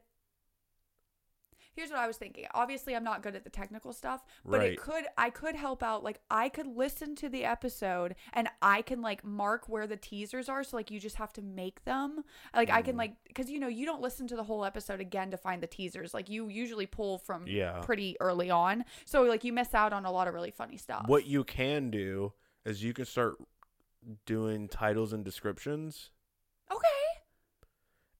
Here's what I was thinking. Obviously, I'm not good at the technical stuff, but Right. it could I could help out. Like I could listen to the episode and I can like mark where the teasers are, so like you just have to make them. Like I can Mm. like cuz you know, you don't listen to the whole episode again to find the teasers. Like you usually pull from Yeah. Mm, pretty early on. So like you miss out on a lot of really funny stuff. What you can do is you can start doing titles and descriptions, Okay.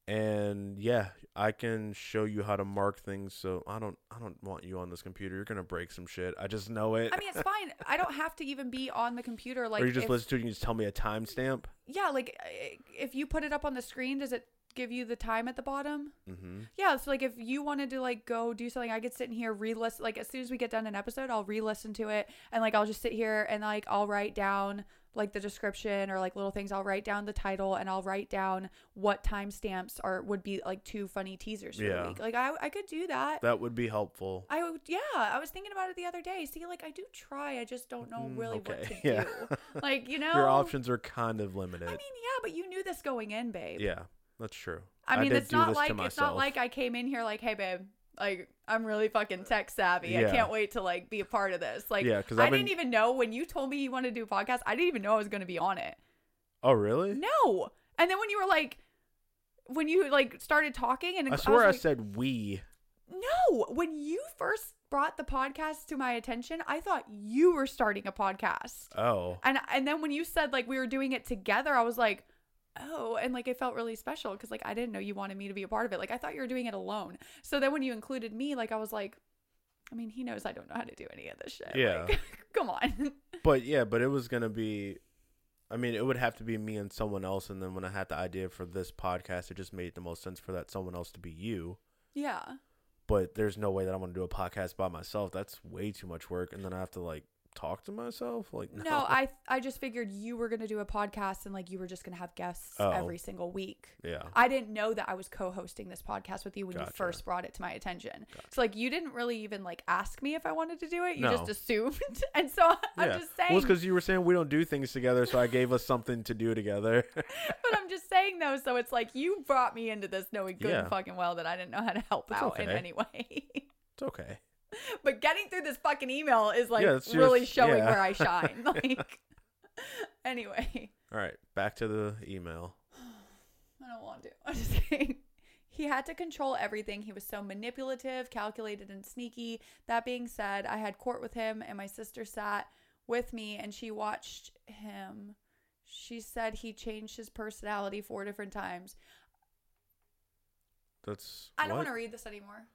and yeah, I can show you how to mark things. So I don't, I don't want you on this computer. You're gonna break some shit. I just know it. I mean, it's fine. I don't have to even be on the computer like or you just if- listen to it and you just tell me a timestamp. yeah like i- if you put it up on the screen does it give you the time at the bottom Mm-hmm. yeah so like if you wanted to like go do something i could sit in here re-listen like as soon as we get done an episode i'll re-listen to it and like i'll just sit here and like i'll write down like the description or like little things i'll write down the title and i'll write down what timestamps are would be like two funny teasers for Yeah. the week like i, I could do that That would be helpful. I would, yeah, I was thinking about it the other day. See, like I do try, I just don't know Mm, really what to okay. Yeah. do. Like you know, Your options are kind of limited. I mean, yeah, but you knew this going in, babe. yeah, that's true. I mean, did it's do not this to like it's not myself. like I came in here like, hey, babe, like I'm really fucking tech savvy. Yeah. I can't wait to like be a part of this. Like, Yeah, 'cause I I've been- didn't even know when you told me you wanted to do a podcast. I didn't even know I was going to be on it. Oh, really? No, and then when you were like, when you like started talking, and I swear I, was like, said we. no. When you first brought the podcast to my attention, I thought you were starting a podcast. Oh, And and then when you said like we were doing it together, I was like, oh, and like it felt really special because like I didn't know you wanted me to be a part of it. Like I thought you were doing it alone. So then when you included me, like I was like, I mean, he knows I don't know how to do any of this shit. Yeah. Like, come on. but yeah, but it was gonna be. I mean, it would have to be me and someone else, and then when I had the idea for this podcast, it just made the most sense for that someone else to be you. yeah. But there's no way that I'm gonna do a podcast by myself. That's way too much work, and then I have to like talk to myself. Like no, No, I I just figured you were gonna do a podcast and like you were just gonna have guests Oh. every single week. yeah, I didn't know that I was co-hosting this podcast with you when Gotcha. you first brought it to my attention. So like you didn't really even like ask me if I wanted to do it. You No. just assumed. and so I'm yeah. just saying Well, it's because you were saying we don't do things together, so I gave us something to do together. But I'm just saying though, so it's like you brought me into this knowing good Yeah. and fucking well that I didn't know how to help That's out in okay. any way. It's okay. but getting through this fucking email is like Yeah, it's really just- showing yeah. where I shine. Like, anyway, All right, back to the email. I don't want to. I'm just kidding. He had to control everything. He was so manipulative, calculated, and sneaky. That being said, I had court with him, and my sister sat with me and she watched him. She said he changed his personality four different times. That's I don't what? want to read this anymore.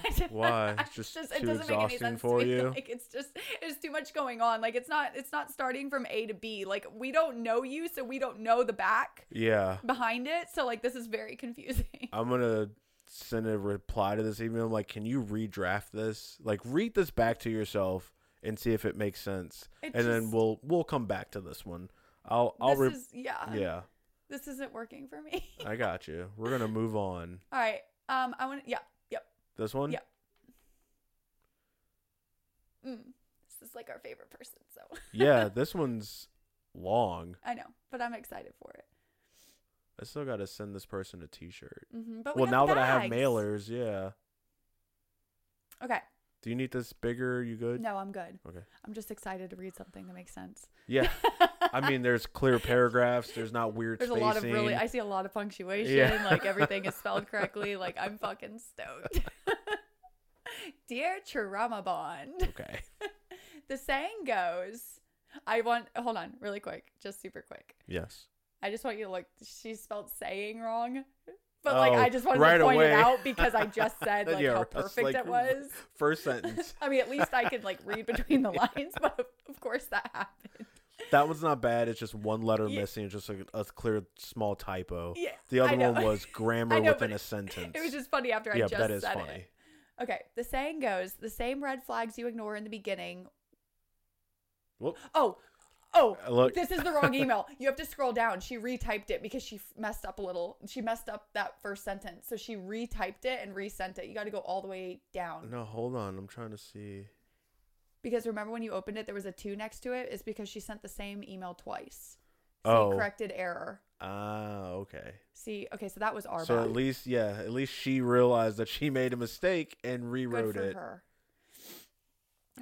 Why? I It's just too exhausting sense to for me. you? Like it's just there's too much going on. Like it's not it's not starting from A to B. Like we don't know you, so we don't know the back Yeah, behind it. So like this is very confusing. I'm gonna send a reply to this email. I'm like, can you redraft this? Like, read this back to yourself and see if it makes sense, It and then just- we'll we'll come back to this one. I'll I'll this re- is yeah, yeah. This isn't working for me. I got you. We're gonna move on. All right. Um I want to yeah. Yep. This one. Yeah. Mm. This is like our favorite person, so yeah, this one's long. I know, but I'm excited for it. I still gotta send this person a T-shirt. hmm But we well, got now that I have bags. mailers, yeah. Okay. Do you need this bigger? You good? No, I'm good. Okay. I'm just excited to read something that makes sense. Yeah. I mean, there's clear paragraphs. There's not weird There's spacing. a lot of really. I see a lot of punctuation. Yeah. Like everything is spelled correctly. Like I'm fucking stoked. Dear Chirama Bond, okay. the saying goes. I want. Hold on, really quick, just super quick. Yes. I just want you to look. She spelled saying wrong, but like Oh, I just wanted right to point away. it out because I just said like Yeah, how that's perfect like- it was. First sentence. I mean, at least I could like read between the lines, but of, of course that happened. That one's not bad. It's just one letter Yeah. missing. It's just like a clear small typo. Yeah, The I other know. one was grammar I know, within but a sentence. It was just funny after I yeah, just but that is said funny. it. Okay, the saying goes, the same red flags you ignore in the beginning. Whoop. Oh, oh, Uh, Look, this is the wrong email. You have to scroll down. She retyped it because she f- messed up a little. She messed up that first sentence. So she retyped it and resent it. You got to go all the way down. no, hold on. I'm trying to see. Because remember when you opened it, there was a two next to it? It's because she sent the same email twice. See, Oh. corrected error. Ah, okay. See, okay, so that was our so bad. at least, yeah, at least she realized that she made a mistake and rewrote Good for it. her.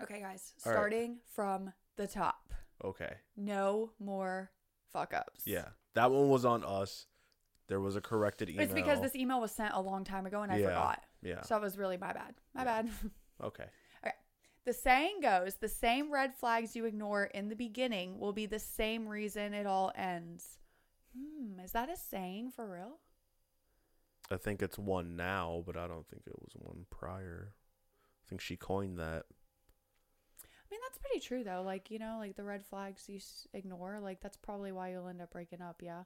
Okay, guys, All right. starting from the top. Okay. no more fuck ups. Yeah, that one was on us. There was a corrected email. It's because this email was sent a long time ago and I Yeah. forgot. Yeah. So that was really my bad. My Yeah. bad. Okay. the saying goes the same red flags you ignore in the beginning will be the same reason it all ends. Hmm, is that a saying for real? I think it's one now, but I don't think it was one prior. I think she coined that. I mean, that's pretty true though. Like, you know, like the red flags you s- ignore, like that's probably why you'll end up breaking up. Yeah.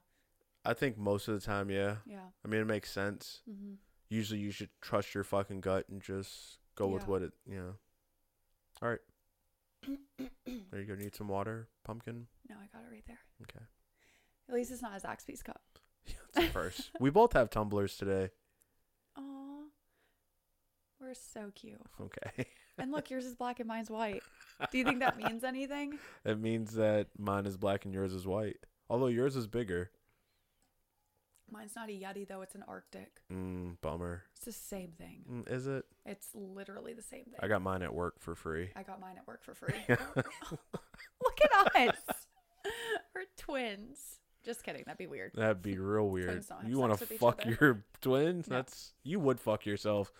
I think most of the time, yeah. Yeah. I mean, it makes sense. hmm Usually, you should trust your fucking gut and just go with Yeah. what it. Yeah. All right. there you go. Need some water, pumpkin. No, I got it right there. Okay. At least it's not a Zaxby's cup. Yeah, it's a first. we both have tumblers today. Aw. We're so cute. Okay. And look, yours is black and mine's white. Do you think that means anything? It means that mine is black and yours is white. Although yours is bigger. Mine's not a Yeti though, it's an Arctic. Mm, bummer. It's the same thing. Mm, is it? It's literally the same thing. I got mine at work for free. I got mine at work for free. Look at us. We're twins. Just kidding, that'd be weird. That'd be real weird. Twins don't have You want to sex with each fuck other. your twins? No. That's you would fuck yourself.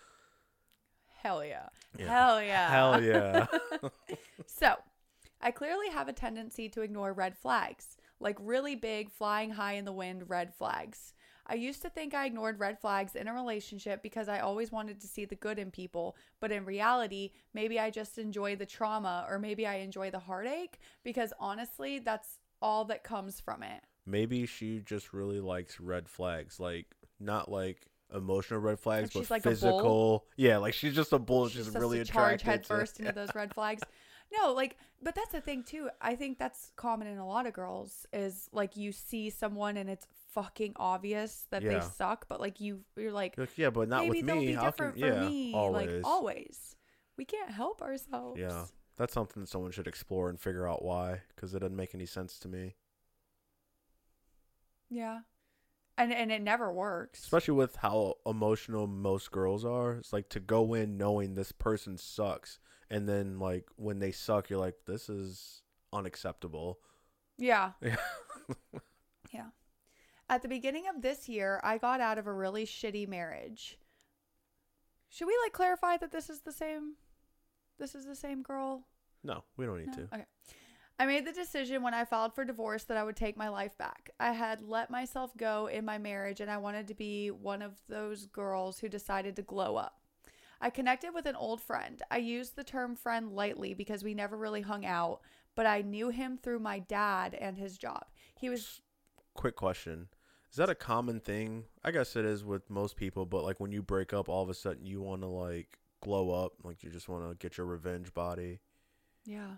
Hell yeah. Yeah. Hell yeah. Hell yeah. So, I clearly have a tendency to ignore red flags, like really big, flying high in the wind red flags. I used to think I ignored red flags in a relationship because I always wanted to see the good in people, but in reality, maybe I just enjoy the trauma or maybe I enjoy the heartache because honestly, that's all that comes from it. Maybe she just really likes red flags, like not like emotional red flags, she's but like a bull? physical. Yeah, like she's just a bull. She's, supposed really to charge attracted head to- first into those red flags. No, like, but that's the thing too. I think that's common in a lot of girls is like you see someone and it's fucking obvious that they Yeah. suck, but like you, you're like, You're like, yeah, but not maybe with they'll me. be How different can for yeah, me. always. Like always, we can't help ourselves. Yeah, that's something that someone should explore and figure out why, because it doesn't make any sense to me. yeah. and and it never works. Especially with how emotional most girls are. It's like to go in knowing this person sucks and then like when they suck you're like this is unacceptable. yeah. Yeah. Yeah. At the beginning of this year, I got out of a really shitty marriage. Should we like clarify that this is the same this is the same girl? no, we don't need No? to. Okay. I made the decision when I filed for divorce that I would take my life back. I had let myself go in my marriage and I wanted to be one of those girls who decided to glow up. I connected with an old friend. I used the term friend lightly because we never really hung out, but I knew him through my dad and his job. He was Quick question. Is that a common thing? I guess it is with most people, but like when you break up all of a sudden you want to like glow up, like you just want to get your revenge body. Yeah.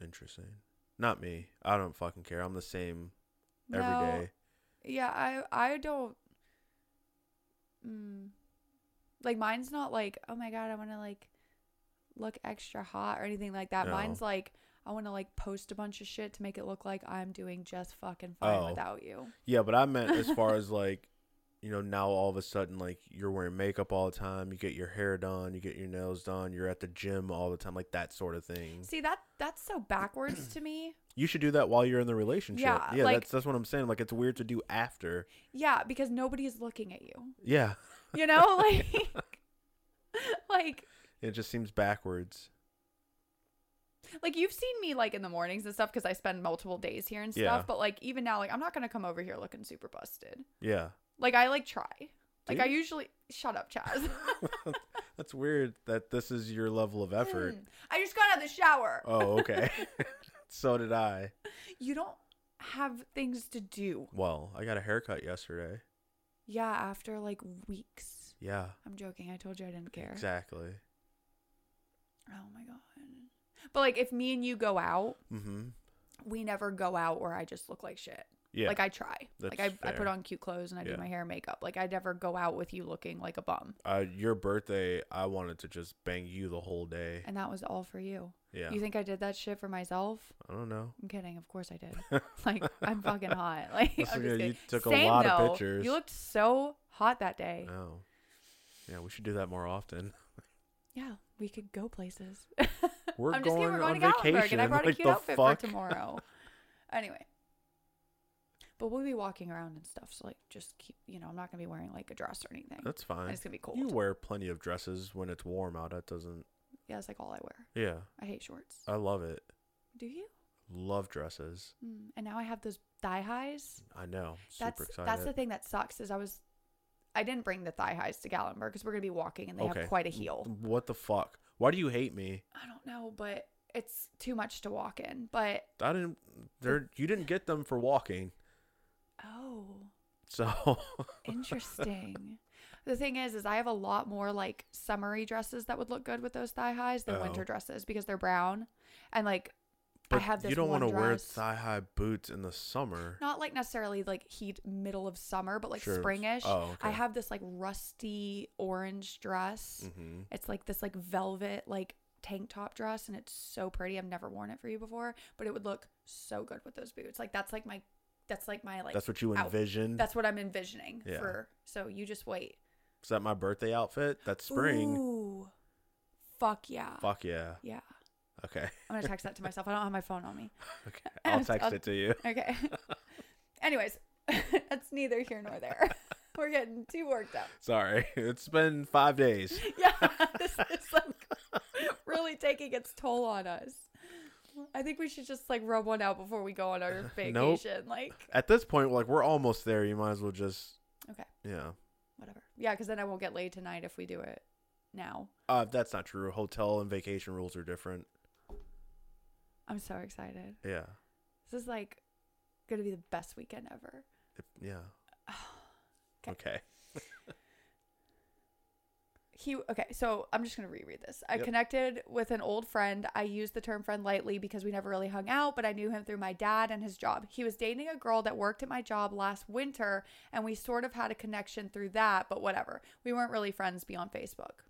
Interesting. Not me. I don't fucking care. I'm the same every day. Yeah, I I don't. Mm, like mine's not like oh my god I want to like look extra hot or anything like that. No. Mine's like I want to like post a bunch of shit to make it look like I'm doing just fucking fine Oh. without you. Yeah, but I meant as far as like, you know, now all of a sudden like you're wearing makeup all the time, you get your hair done, you get your nails done, you're at the gym all the time, like that sort of thing. See that that's so backwards to me. You should do that while you're in the relationship. Yeah, Yeah, like- that's that's what I'm saying. Like it's weird to do after. Yeah, because nobody's looking at you. Yeah, You know, like like it just seems backwards. like you've seen me like in the mornings and stuff because I spend multiple days here and stuff. Yeah. But like even now, like I'm not gonna come over here looking super busted. Yeah, Like I like try. Like you? I usually shut up, Chaz. that's weird that this is your level of effort. Mm. I just got out of the shower. Oh, okay. so did I. You don't have things to do. Well, I got a haircut yesterday. Yeah, after like weeks. Yeah, I'm joking. I told you I didn't care. exactly. Oh my god. But like if me and you go out, Mm-hmm. we never go out where I just look like shit. Yeah. Like I try. like I, That's I put fair. on cute clothes and I Yeah. do my hair and makeup. Like I never go out with you looking like a bum. uh, your birthday, I wanted to just bang you the whole day. And that was all for you. Yeah. You think I did that shit for myself? I don't know. I'm kidding. Of course I did. like I'm fucking hot. Like I'm That's just okay, kidding. you took a Same, lot of though. pictures. Uh, You looked so hot that day. No. Yeah, we should do that more often. Yeah, we could go places. We're I'm just going kidding. We're going on to Gatlinburg, and I vacation, brought a like, cute the outfit fuck? for tomorrow. anyway, but we'll be walking around and stuff. So like, just keep. You know, I'm not gonna be wearing like a dress or anything. That's fine. It's gonna be cold. You wear plenty of dresses when it's warm out. That doesn't. yeah, that's like all I wear. Yeah, I hate shorts. I love it. Do you? Love dresses. Mm. And now I have those thigh highs. I know. Super That's excited. that's the thing that sucks is I was. I didn't bring the thigh highs to Gallenberg because we're gonna be walking and they Okay. have quite a heel. What the fuck? Why do you hate me? I don't know, but it's too much to walk in. But I didn't. They're, you didn't get them for walking. oh, So interesting. the thing is, is I have a lot more like summery dresses that would look good with those thigh highs than Oh. winter dresses because they're brown, and like but I have this. you don't want to wear thigh high boots in the summer. Not like necessarily like heat middle of summer, but like Sure. springish. Oh, I okay. have this like rusty orange dress. Mm-hmm. It's like this like velvet like tank top dress and it's so pretty. I've never worn it for you before, but it would look so good with those boots. Like that's like my that's like my like That's what you out- envision. That's what I'm envisioning Yeah. for. So you just wait. Is that my birthday outfit? That's spring. Ooh. Fuck yeah. Fuck yeah. Yeah. Okay. I'm going to text that to myself. I don't have my phone on me. Okay. I'll text I'll- it to you. Okay. Anyways, that's neither here nor there. We're getting too worked up. Sorry. It's been five days. Yeah. This is like really taking its toll on us. I think we should just like rub one out before we go on our vacation. Nope. Like, At this point, like we're almost there. You might as well just. Okay. Yeah. whatever. Yeah, because then I won't get laid tonight if we do it now. Uh, that's not true. Hotel and vacation rules are different. I'm so excited. Yeah. This is like going to be the best weekend ever. If- yeah. Okay. Okay. he okay so i'm just going to reread this i Yep. connected with an old friend i used the term friend lightly because we never really hung out but i knew him through my dad and his job he was dating a girl that worked at my job last winter and we sort of had a connection through that but whatever we weren't really friends beyond facebook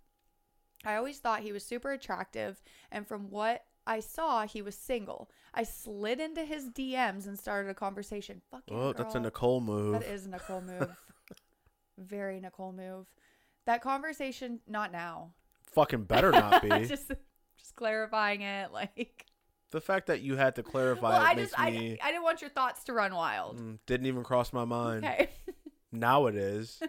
i always thought he was super attractive and from what I saw he was single. I slid into his DMs and started a conversation. Fucking Oh, that's a girl. Nicole move. That is a Nicole move. Very Nicole move. That conversation, not now. Fucking better not be. just, just clarifying it. Like, the fact that you had to clarify well, it I makes just, I, me I didn't want your thoughts to run wild. mm, didn't even cross my mind. Okay. Now it is,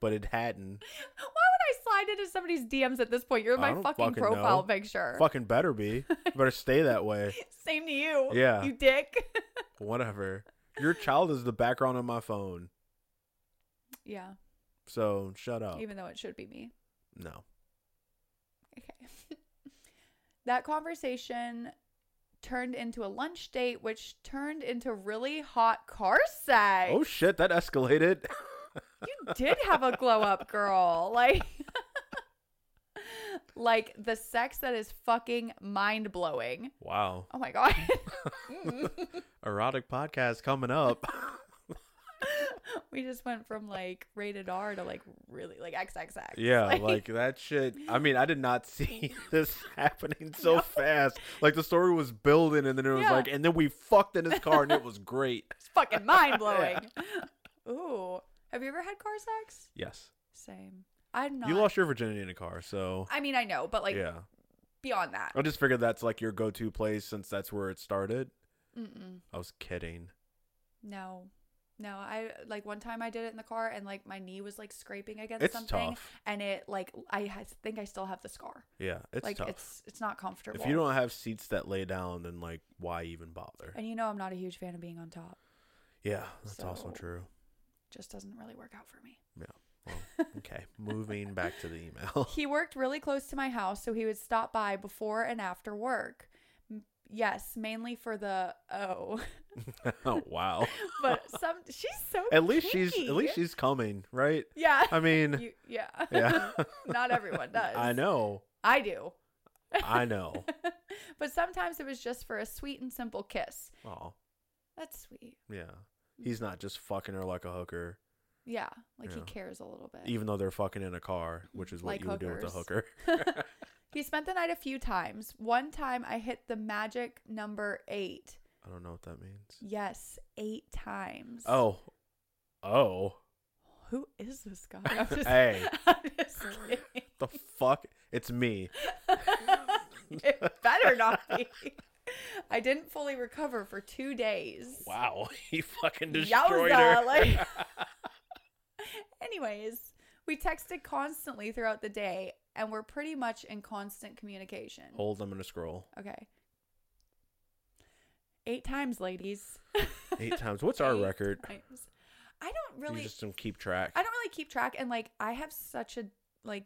but it hadn't. Why would I slide into somebody's DMs at this point? You're in I my don't fucking, fucking profile know. picture. Fucking better be. Better stay that way. Same to you. Yeah. You dick. Whatever. Your child is the background on my phone. yeah. So shut up. Even though it should be me. no. Okay. that conversation turned into a lunch date, which turned into really hot car sex. Oh shit, that escalated. you did have a glow up, girl. Like, like the sex that is fucking mind blowing. Wow. Oh my god. Erotic podcast coming up. we just went from like rated R to like really like XXX. yeah, like that shit. I mean, I did not see this happening so fast. Like the story was building and then it was Yeah. like and then we fucked in his car and it was great. it's fucking mind blowing. Ooh. Have you ever had car sex? Yes. Same. I'm not You lost your virginity in a car, so I mean I know, but like yeah. beyond that. I just figured that's like your go-to place since that's where it started. Mm-mm. I was kidding. No. No, I like one time I did it in the car and like my knee was like scraping against It's something tough. and it like I has, think I still have the scar. Yeah, it's like tough. it's it's not comfortable. if you don't have seats that lay down, then like why even bother? and you know I'm not a huge fan of being on top. Yeah, that's also So- true. Just doesn't really work out for me. Okay, moving back to the email. He worked really close to my house, so he would stop by before and after work. M- Yes, mainly for the oh, oh wow! but some she's so At least she's kinky. at least she's coming, right? yeah I mean, You- yeah yeah. not everyone does I know, I do I know. but sometimes it was just for a sweet and simple kiss Oh that's sweet yeah, he's not just fucking her like a hooker, yeah like he Yeah. cares a little bit even though they're fucking in a car, which is what Like you would do with a hooker. hookers. he spent the night a few times one time I hit the magic number eight I don't know what that means. yes eight times Oh, oh, who is this guy I'm just, Hey. I'm just kidding the fuck! It's me. it better not be. I didn't fully recover for two days. Wow, he fucking destroyed Yowza, her. like- Anyways, we texted constantly throughout the day and we're pretty much in constant communication. Hold, I'm gonna scroll Okay. Eight times, ladies. eight times. What's our Eight record? times. I don't You really just don't keep track. I don't really keep track and like I have such a like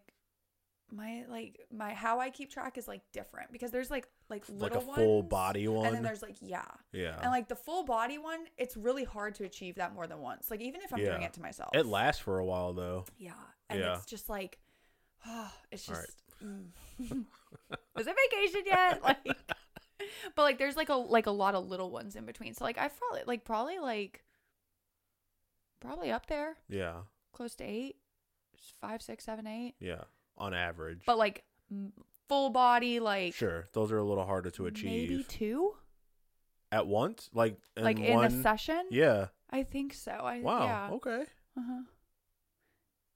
my like my how I keep track is like different because there's like like like little a full ones, body one. Oh. and then there's like yeah yeah, And like the full body one, it's really hard to achieve that more than once. Like even if I'm doing Yeah. it to myself, it lasts for a while though. Yeah, and Yeah. it's just like, oh, it's All just. right. mm. Is it vacation yet? Like, but like there's like a like a lot of little ones in between. So like I probably like probably like, probably up there Yeah, close to eight, s- five, six, seven, eight. yeah. On average, But like m- full body like sure, those are a little harder to achieve maybe two at once. Like in like in one. a session. yeah. I think so. I Wow. oh. yeah. Okay, Uh-huh.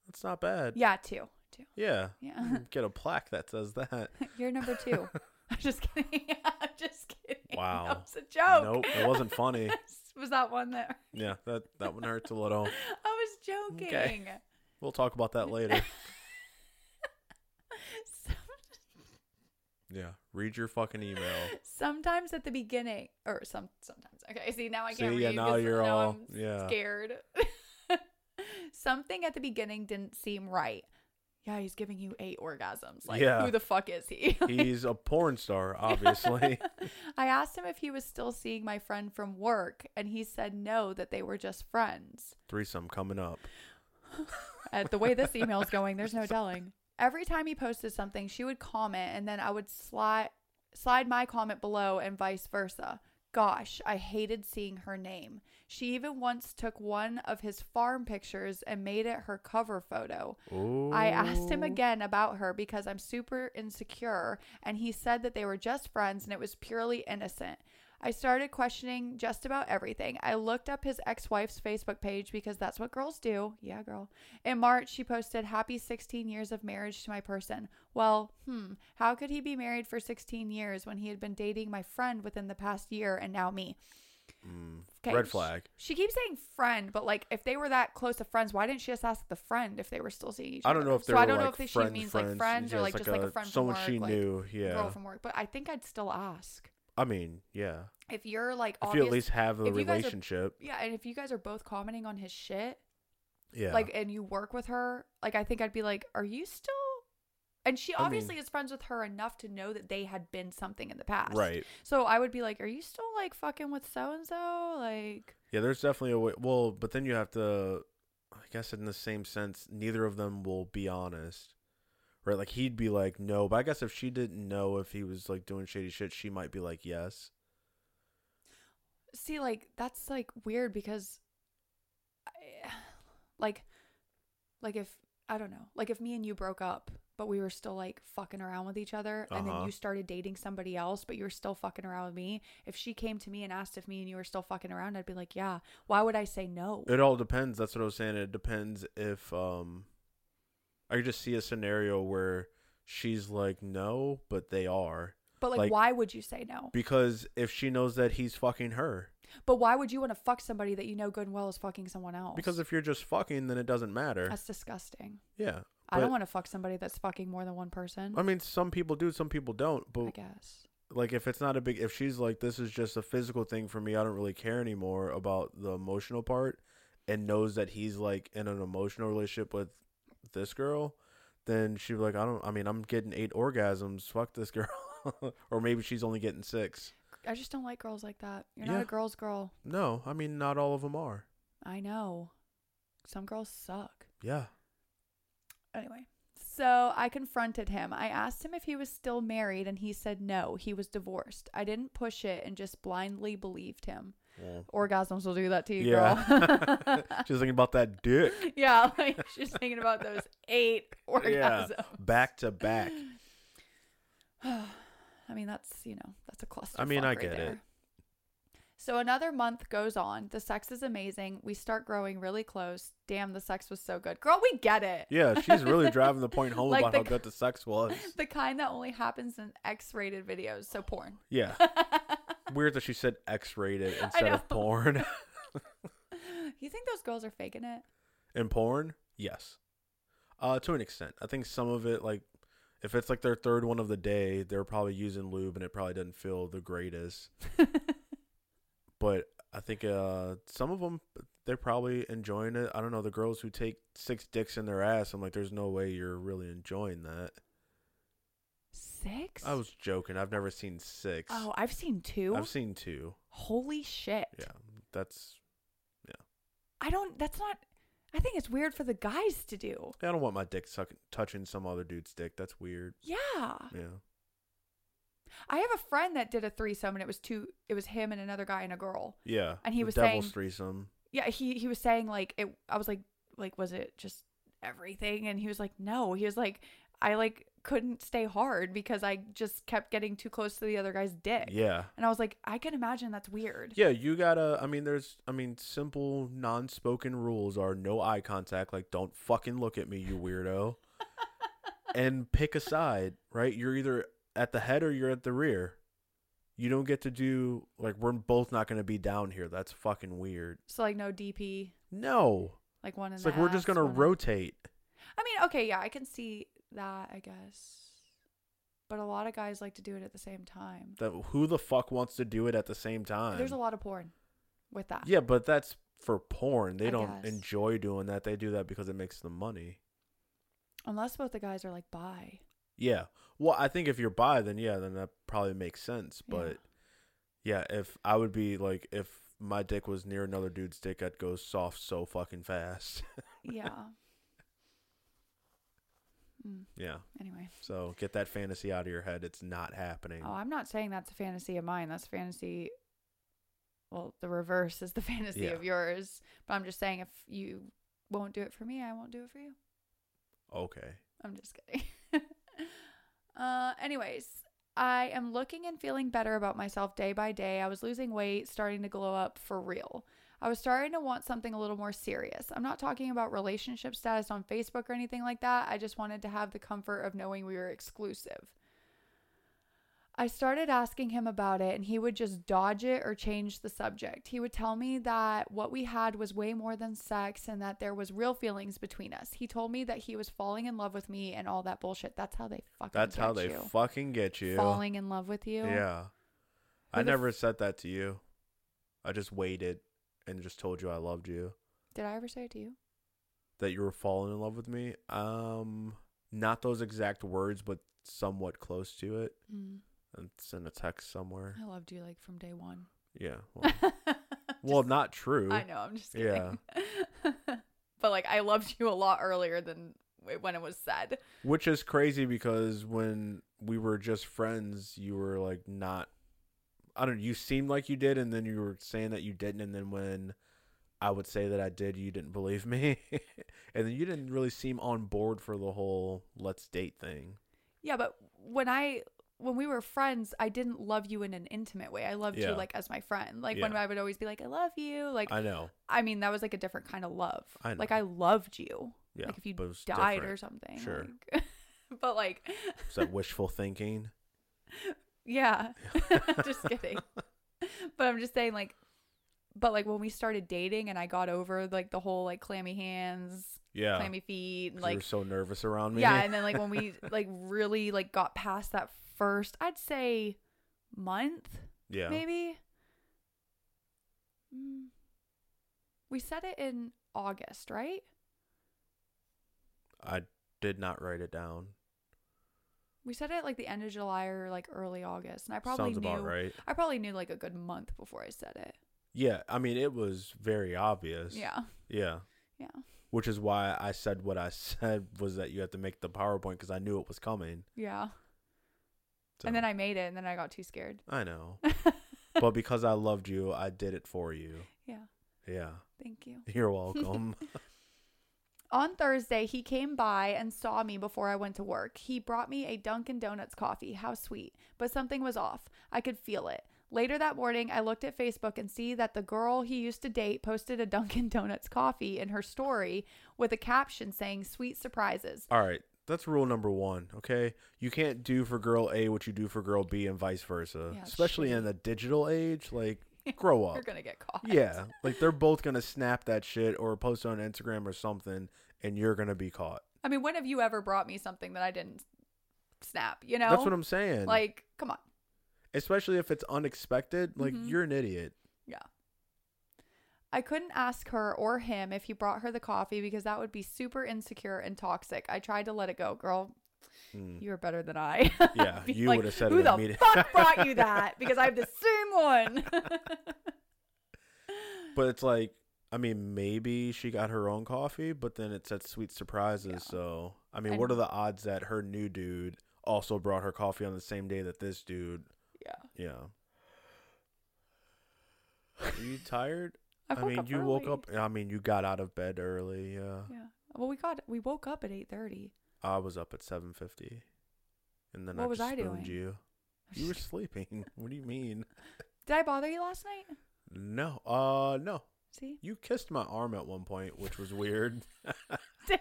that's not bad. Yeah, two. Two. Yeah. Yeah. Get a plaque that says that. You're number two. I'm just kidding. I'm just kidding. Wow. That was a joke. Nope, it wasn't funny. was that one there? Yeah, that that one hurts a little. I was joking. Okay. We'll talk about that later. Some- Yeah, read your fucking email. Sometimes at the beginning, or some sometimes. Okay, see now I can't See, read. yeah, now 'cause you're now all I'm yeah. scared. Something at the beginning didn't seem right. Yeah, he's giving you eight orgasms. Like, Yeah. who the fuck is he? He's a porn star, obviously. I asked him if he was still seeing my friend from work, and he said no, that they were just friends. Threesome coming up. At Uh, the way this email's going, there's no telling. Every time he posted something, she would comment, and then I would slide slide my comment below, and vice versa. gosh, I hated seeing her name. She even once took one of his farm pictures and made it her cover photo. Ooh. I asked Oh. him again about her because I'm super insecure, and he said that they were just friends and it was purely innocent. I started questioning just about everything. I looked up his ex wife's Facebook page because that's what girls do. Yeah, girl. In March, she posted, Happy 16 years of marriage to my person. Well, hmm, how could he be married for 16 years when he had been dating my friend within the past year and now me? Mm. 'Kay, Red sh- flag. She keeps saying friend, but like if they were that close of friends, why didn't she just ask the friend if they were still seeing each other? I don't know if they so were I don't like know if friend, she means friends. like friends yeah, or like it's just like a friend someone from work, she like, knew. Yeah. girl from work. But I think I'd still ask I mean, yeah. if you're like If obvious, you at least have a if you guys are- relationship, yeah, and if you guys are both commenting on his shit, yeah. like and you work with her, like I think I'd be like, are you still? And she I mean- obviously is friends with her enough to know that they had been something in the past, right. So I would be like, are you still like fucking with so and so? Like, Yeah, there's definitely a way. Well, but then you have to, I guess, in the same sense, neither of them will be honest, right? Like he'd be like, no, but I guess if she didn't know if he was like doing shady shit, she might be like, yes. see like that's like weird because I, like like if i don't know like if me and you broke up but we were still like fucking around with each other and then Uh-huh. you started dating somebody else but you were still fucking around with me if she came to me and asked if me and you were still fucking around i'd be like yeah why would i say no It all depends. That's what I was saying. It depends if um, I could just see a scenario where she's like, no, but they are but like, like- why would you say no because if she knows that he's fucking her, but why would you want to fuck somebody that you know good and well is fucking someone else because if you're just fucking, then it doesn't matter. that's disgusting yeah, i but- don't want to fuck somebody that's fucking more than one person I mean, some people do, some people don't, but i guess like if it's not a big if she's like this is just a physical thing for me i don't really care anymore about the emotional part and knows that he's like in an emotional relationship with this girl then she'd be like i don't i mean i'm getting eight orgasms fuck this girl or maybe she's only getting six i just don't like girls like that you're not Yeah. a girl's girl no i mean not all of them are I know. Some girls suck. yeah Anyway, so I confronted him. I asked him if he was still married, and he said no, he was divorced. I didn't push it and just blindly believed him. well, Orgasms will do that to you, yeah girl. she's thinking about that dick yeah, like she's thinking about those eight Yeah. orgasms. back to back I mean, that's you know, that's a cluster. I mean, I get it. So another month goes on. The sex is amazing. We start growing really close. Damn, the sex was so good, girl. We get it. yeah she's really driving the point home Like about the how c- good the sex was the kind that only happens in X-rated videos, so porn. yeah weird that she said x-rated instead know. of porn you think those girls are faking it? In porn, yes. Uh, to an extent, I think some of it, like if it's like their third one of the day, they're probably using lube, and it probably doesn't feel the greatest. but I think uh, some of them, they're probably enjoying it. I don't know the girls who take six dicks in their ass. I'm like, there's no way you're really enjoying that. Six? I was joking. I've never seen 6 Oh, I've seen 2 I've seen two. Holy shit! Yeah, that's. I don't. That's not. I think it's weird for the guys to do. I don't want my dick suck- touching some other dude's dick. That's weird. Yeah, Yeah. I have a friend that did a threesome, and it was two. It was him and another guy and a girl. Yeah. And he the was devil's saying- threesome. Yeah, he he was saying like it. I was like like was it just everything? And he was like no. He was like I like couldn't stay hard because I just kept getting too close to the other guy's dick. Yeah. And I was like, I can imagine that's weird. Yeah, you gotta. I mean, there's. I mean, simple non-spoken rules are no eye contact. Like, don't fucking look at me, you weirdo. and pick a side, right? You're either at the head or you're at the rear. You don't get to do like we're both not gonna be down here. That's fucking weird. So like no DP, No, like one in it's the like we're just ass, gonna one in- rotate. I mean, okay, yeah, I can see that, I guess. But a lot of guys like to do it at the same time. That who the fuck wants to do it at the same time? There's a lot of porn with that. Yeah, but that's for porn. They I don't guess. enjoy doing that. They do that because it makes them money. Unless both the guys are like bi. Yeah. Well, I think if you're bi, then yeah, then that probably makes sense. Yeah. But yeah, if I would be like, if my dick was near another dude's dick, I'd go soft so fucking fast. Yeah. Mm, yeah. anyway. So get that fantasy out of your head. It's not happening. Oh, I'm not saying that's a fantasy of mine. That's a fantasy well, the reverse is the fantasy Yeah. of yours. But I'm just saying, if you won't do it for me, I won't do it for you. Okay. I'm just kidding. uh, anyways, I am looking and feeling better about myself day by day. I was losing weight, starting to glow up for real. I was starting to want something a little more serious. I'm not talking about relationship status on Facebook or anything like that. I just wanted to have the comfort of knowing we were exclusive. I started asking him about it, and he would just dodge it or change the subject. He would tell me that what we had was way more than sex and that there was real feelings between us. He told me that he was falling in love with me and all that bullshit. That's how they fucking That's how get they you. fucking get you. falling in love with you. Yeah. I Who the f- never said that to you. I just waited and just told you I loved you. Did I ever say it to you? That you were falling in love with me. Um not those exact words, but somewhat close to it. It's in a text somewhere. Mm, I loved you like from day one. Yeah. Well, well, not true. I know. I'm just Yeah. kidding. but like, I loved you a lot earlier than w- when it was said. Which is crazy because when we were just friends, you were like not. I don't. You seemed like you did, and then you were saying that you didn't, and then when I would say that I did, you didn't believe me, and then you didn't really seem on board for the whole let's date thing. Yeah, but when I when we were friends, I didn't love you in an intimate way. I loved Yeah. you like as my friend. Like when Yeah. I would always be like, "I love you." Like I I, know. mean, that was like a different kind of love. I Like know. I loved you. Yeah. like if you but it was died or different. something. Sure. like- but like, Is that wishful thinking? yeah. just kidding. But I'm just saying like but like when we started dating and I got over like the whole like clammy hands, Yeah. clammy feet, and 'cause you were like so nervous around me. Yeah, and then like when we like really like got past that first, I'd say month yeah. maybe. Mm. We said it in August, right? I did not write it down. We said it like the end of July or like early August, and I probably Sounds knew. about right. I probably knew like a good month before I said it. Yeah. I mean, it was very obvious. Yeah, Yeah. yeah, which is why I said what I said was that you had to make the PowerPoint because I knew it was coming. yeah. So, And then I made it, and then I got too scared. I know, but because I loved you, I did it for you. Yeah, Yeah, thank you. you're welcome. On Thursday, he came by and saw me before I went to work. He brought me a Dunkin' Donuts coffee. How sweet. But something was off. I could feel it. Later that morning, I looked at Facebook and see that the girl he used to date posted a Dunkin' Donuts coffee in her story with a caption saying, Sweet surprises. All right, that's rule number one. Okay, you can't do for girl A what you do for girl B and vice versa, Yeah, especially in the digital age. Like, grow You're up. going to get caught. Yeah, like they're both gonna snap that shit or post it on Instagram or something, and you're gonna be caught. I mean, when have you ever brought me something that I didn't snap? You know? That's what I'm saying. Like, come on. especially if it's unexpected. Like, Mhm. you're an idiot. Yeah. I couldn't ask her or him if he brought her the coffee because that would be super insecure and toxic. I tried to let it go, girl. Mm. You are better than I. Yeah, Be you would have said it Who the immediate- fuck brought you that? Because I have the same one. But it's like, I mean, maybe she got her own coffee, but then it said sweet surprises. Yeah. So, I mean, what are And- the odds that her new dude also brought her coffee on the same day that this dude? yeah, Yeah. Are you tired? I, I woke mean, up you woke early. up. uh, I mean, you got out of bed early. Yeah, Yeah. Well, we got we woke up at eight thirty. I was up at seven fifty, and then I What was just I spooned doing? you. You were sleeping. what do you mean? Did I bother you last night? No. Uh, no. See, You kissed my arm at one point, which was weird. Did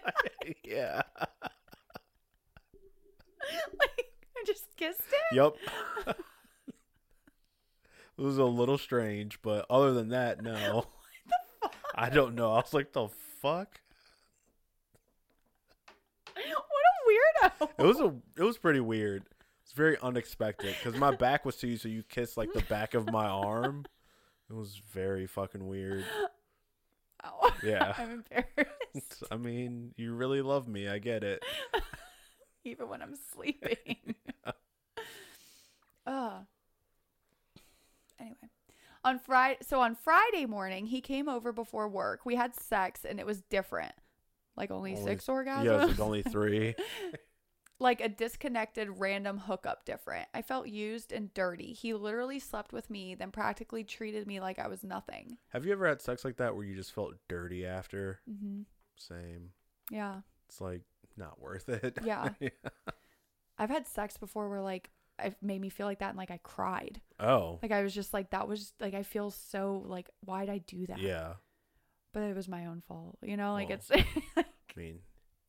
yeah. like I just kissed it. Yep. it was a little strange, but other than that, no. What the fuck? I don't know. I was like, the fuck? What a weirdo. It was a it was pretty weird. It's very unexpected because my back was to you, so you kissed like the back of my arm. It was very fucking weird. Ow. Yeah. I'm embarrassed. I mean, you really love me. I get it. even when I'm sleeping. Ugh. Anyway, on Friday, so on Friday morning, he came over before work. We had sex, and it was different. Like only, Only- six Yeah, it was orgasms. like only three. like a disconnected random hookup different. I felt used and dirty. He literally slept with me, then practically treated me like I was nothing. Have you ever had sex like that where you just felt dirty after? Mm-hmm. Same. Yeah. It's like not worth it. Yeah. I've had sex before where like it made me feel like that and like I cried. Oh. Like I was just like, that was like, I feel so like, why'd I do that? yeah. But it was my own fault. You know, like Well. it's. I mean,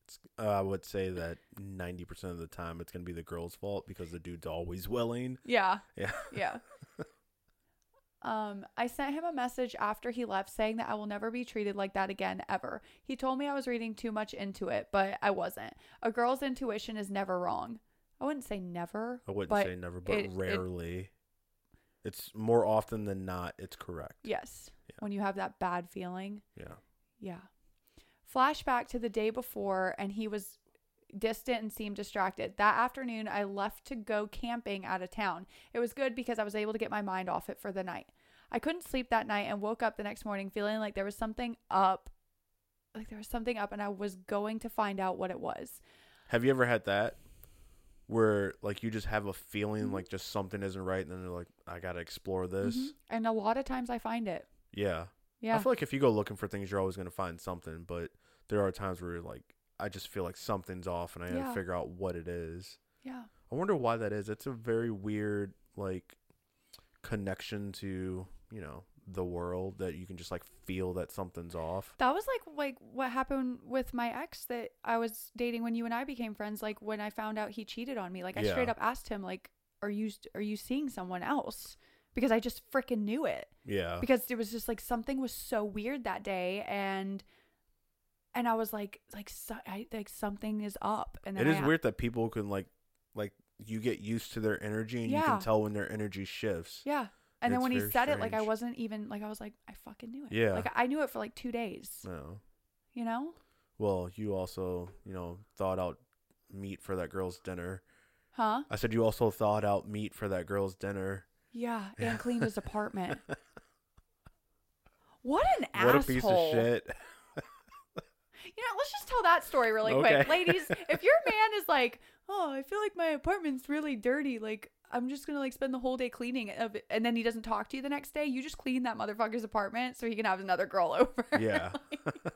it's, uh, I would say that 90% of the time it's going to be the girl's fault because the dude's always willing. yeah. Yeah. Yeah. um, I sent him a message after he left saying that I will never be treated like that again ever. He told me I was reading too much into it, but I wasn't. A girl's intuition is never wrong. I wouldn't say never. I wouldn't but say never, but it- it- rarely. it's more often than not, it's correct. Yes. Yeah. When you have that bad feeling. Yeah. Yeah. Flashback to the day before, and he was distant and seemed distracted. That afternoon, I left to go camping out of town. It was good because I was able to get my mind off it for the night. I couldn't sleep that night and woke up the next morning feeling like there was something up. Like there was something up, and I was going to find out what it was. Have you ever had that where like you just have a feeling like just something isn't right and then they're like, I got to explore this? Mhm. And a lot of times I find it. Yeah. I Yeah. feel like if you go looking for things, you're always going to find something, but there are times where you're like, I just feel like something's off and I got Yeah. to figure out what it is. Yeah. I wonder why that is. It's a very weird like connection to, you know, the world that you can just like feel that something's off. That was like like what happened with my ex that I was dating when you and I became friends. Like when I found out he cheated on me, like I straight Yeah. up asked him, like, "Are you are you seeing someone else?" Because I just freaking knew it. Yeah. Because it was just like something was so weird that day, and and I was like, like so, I, like something is up. And then It is I- weird that people can like like you get used to their energy and you Yeah. can tell when their energy shifts. Yeah. And then It's when he very said it, like I strange. wasn't even like I was like I fucking knew it. Yeah. Like I knew it for like two days. No. You know? Well, you also, you know, thought out meat for that girl's dinner. Huh? I said you also thought out meat for that girl's dinner. Yeah, Yeah. and cleaned his apartment. What an What asshole! a piece of shit. You know, let's just tell that story really quick, Okay. ladies. If your man is like, "Oh, I feel like my apartment's really dirty," like I'm just gonna like spend the whole day cleaning it, of it," and then he doesn't talk to you the next day, you just clean that motherfucker's apartment so he can have another girl over. Yeah.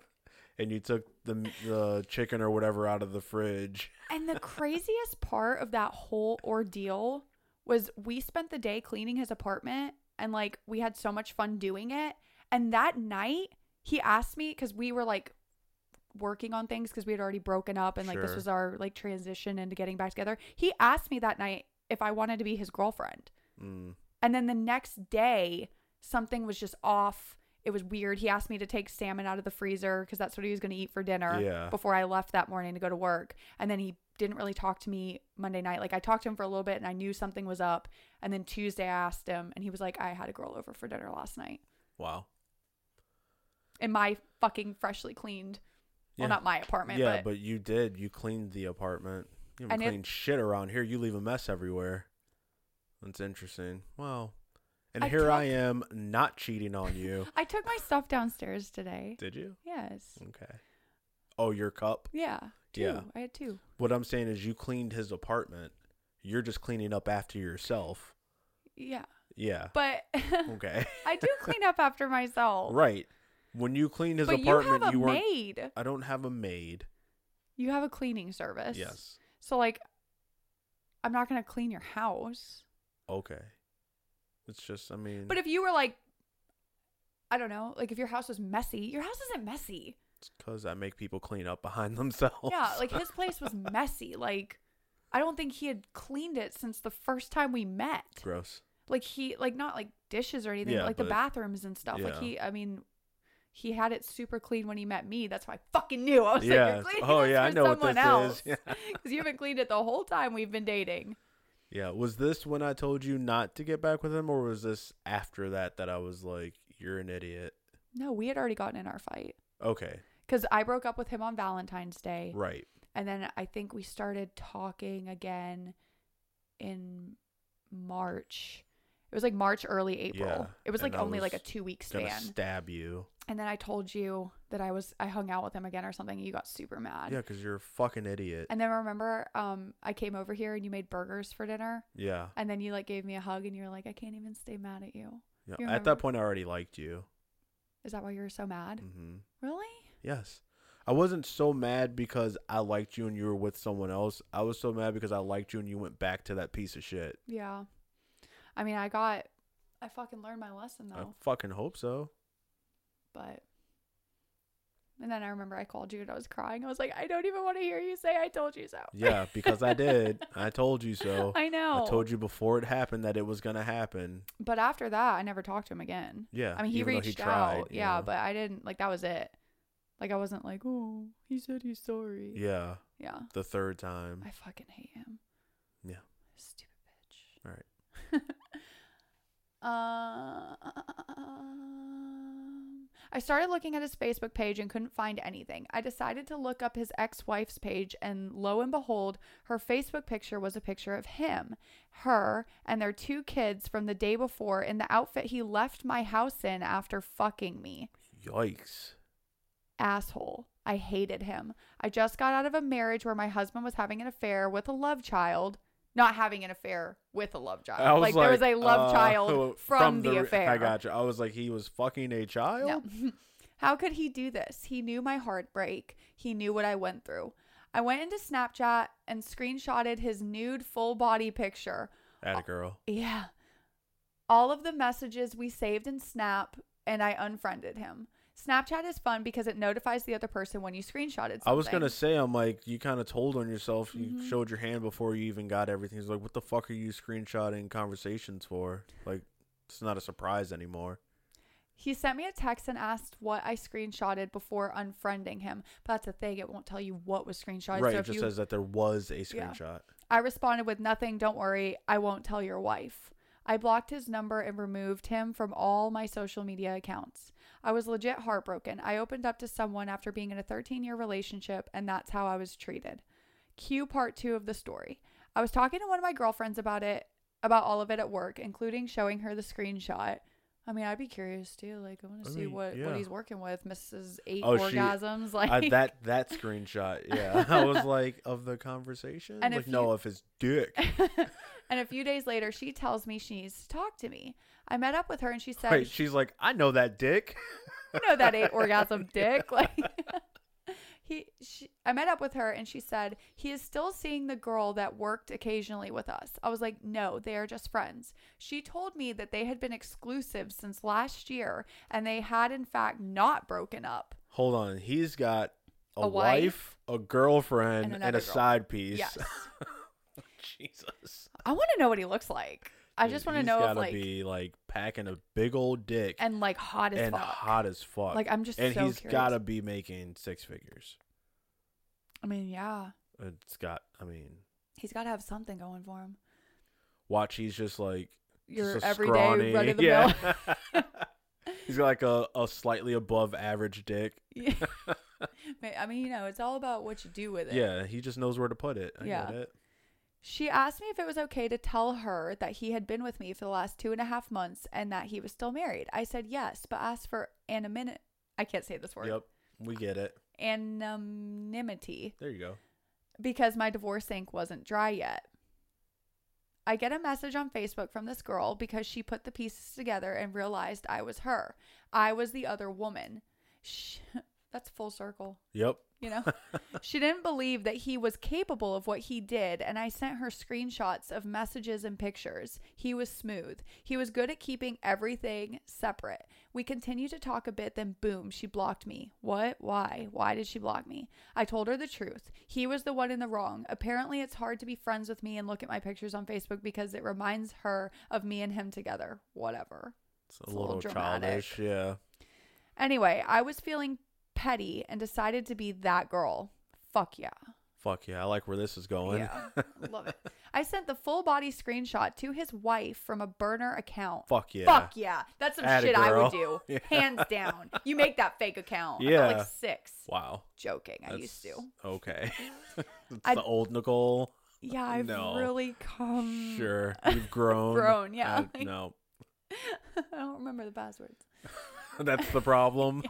and you took the the chicken or whatever out of the fridge. And the craziest part of that whole ordeal was we spent the day cleaning his apartment and like we had so much fun doing it. And that night, he asked me because we were like working on things because we had already broken up and like this Sure. was our like transition into getting back together. He asked me that night if I wanted to be his girlfriend. Mm. And then the next day, something was just off. It was weird. He asked me to take salmon out of the freezer because that's what he was going to eat for dinner Yeah. before I left that morning to go to work. And then he didn't really talk to me Monday night. Like I talked to him for a little bit and I knew something was up. And then Tuesday, I asked him and he was like, I had a girl over for dinner last night Wow. in my fucking freshly cleaned, well, not my apartment, yeah, but, but you did. You cleaned the apartment. You don't And it- clean shit around here. You leave a mess everywhere. That's interesting. Wow. And I here I took- am not cheating on you. I took my stuff downstairs today. did you? Yes. Okay. Oh, your cup. Yeah. Two. Yeah. I had two. What I'm saying is you cleaned his apartment. You're just cleaning up after yourself. Yeah. Yeah. But Okay. I do clean up after myself. right. When you cleaned his but apartment, you have a weren't maid. I don't have a maid. You have a cleaning service. Yes. So like, I'm not gonna clean your house. Okay. It's just, I mean, But if you were like, I don't know, like if your house was messy, your house isn't messy. it's because I make people clean up behind themselves. Yeah, like his place was messy. Like, I don't think he had cleaned it since the first time we met. gross. Like he, like not like dishes or anything, Yeah, but like the but- bathrooms and stuff. Like yeah. he, I mean. He had it super clean when he met me. That's why I fucking knew. I was like, yeah. "You're cleaning oh this yeah, for I know what someone this is. else," Yeah. because you haven't cleaned it the whole time we've been dating. Yeah. Was this when I told you not to get back with him, or was this after that that I was like, "You're an idiot"? No, we had already gotten in our fight Okay. because I broke up with him on Valentine's Day, Right. and then I think we started talking again in March. It was like March, early April. Yeah, It was and like I only like a was two week Gonna span. stab you. and then I told you that I was I hung out with him again or something. And you got super mad. Yeah, because you're a fucking idiot. And then remember, um, I came over here and you made burgers for dinner, yeah. and then you like gave me a hug and you were like, I can't even stay mad at you. yeah. you At remember? that point, I already liked you. Is that why you were so mad? hmm Really? Yes. I wasn't so mad because I liked you and you were with someone else. I was so mad because I liked you and you went back to that piece of shit. Yeah. I mean, I got, I fucking learned my lesson I though. fucking hope so. But, and then I remember I called you and I was crying. I was like, I don't even want to hear you say I told you so. Yeah, because I did. I told you so. I know. I told you before it happened that it was gonna happen. But after that, I never talked to him again. Yeah. I mean, he even though reached tried, out. you Yeah, know? but I didn't like that was it. Like I wasn't like, oh, he said he's sorry. yeah, Yeah. the third time. I fucking hate him. Yeah. Stupid bitch. All right. um, I started looking at his Facebook page and couldn't find anything. I decided to look up his ex wife's page, and lo and behold, her Facebook picture was a picture of him, her, and their two kids from the day before in the outfit he left my house in after fucking me Yikes. asshole. I hated him. I just got out of a marriage where my husband was having an affair with a love child. Not having an affair with a love child. I was Uh, like, there was a love uh, child from, the, affair. I got you. I was like, he was fucking a child. No. How could he do this? He knew my heartbreak. He knew what I went through. I went into Snapchat and screenshotted his nude full body picture. At a girl. Yeah. All of the messages we saved in Snap and I unfriended him. Snapchat is fun because it notifies the other person when you screenshotted something. I was gonna say, I'm like, you kind of told on yourself. You Mhm. showed your hand before you even got everything. It's like, what the fuck are you screenshotting conversations for? Like, it's not a surprise anymore. He sent me a text and asked what I screenshotted before unfriending him. But that's the thing, it won't tell you what was screenshotted. right? so It if just you, says that there was a Yeah. screenshot. I responded with nothing, don't worry, I won't tell your wife. I blocked his number and removed him from all my social media accounts. I was legit heartbroken. I opened up to someone after being in a 13 year relationship, and that's how I was treated. Cue part two of the story. I was talking to one of my girlfriends about it, about all of it at work, including showing her the screenshot. I mean, I'd be curious too. Like, I want I to see mean, what, yeah. what he's working with, Mrs. Eight Oh, she- orgasms. like I, that that screenshot, yeah. I was like, of the conversation, And like if no, you- of his dick. and a few days later, she tells me she needs to talk to me. I met up with her and she said, Wait, she's like, I know that dick. "You know that eight orgasm dick." Like he, she, I met up with her and she said he is still seeing the girl that worked occasionally with us. I was like, "No, they are just friends." She told me that they had been exclusive since last year and they had in fact not broken up. Hold on, he's got a, A wife, wife, a girlfriend, and and, a another girl. side piece. Yes, Jesus. I want to know what he looks like. I Dude, just want to he's know if gotta like be like packing a big old dick and, and like hot as fuck. hot as fuck. Like I'm just and so he's curious. gotta be making six figures. I mean, yeah. It's got. I mean, He's got to have something going for him. watch. He's just like Your just a everyday scrawny- run of the yeah. mill. he's got like a, a slightly above average dick. Ma- I mean, you know, it's all about what you do with it. Yeah, he just knows where to put it. I Yeah. get it. She asked me if it was okay to tell her that he had been with me for the last two and a half months and that he was still married. I said yes, but asked for anonymity. I can't say this word. Yep, we get it. Anonymity There you go. because my divorce ink wasn't dry yet. I get a message on Facebook from this girl because she put the pieces together and realized I was her. I was the other woman. Sh that's full circle. Yep. you know she didn't believe that he was capable of what he did and i sent her screenshots of messages and pictures he was smooth he was good at keeping everything separate we continued to talk a bit then boom she blocked me what why why did she block me i told her the truth he was the one in the wrong apparently it's hard to be friends with me and look at my pictures on facebook because it reminds her of me and him together whatever It's a It's a little, little dramatic. childish. Yeah. anyway i was feeling petty and decided to be that girl fuck yeah Fuck yeah. I like where this is going. Yeah, love it. I sent the full body screenshot to his wife from a burner account. Fuck yeah. Fuck yeah. That's some Atta shit I girl. would do. Yeah. Hands down. You make that fake account. I got Yeah. like six. Wow. Joking. I used to. That's- Okay. it's I- the old Nicole. Yeah, I've No. really come. Sure. You've grown. Um, Grown, yeah. I- no. I don't remember the passwords. That's the problem.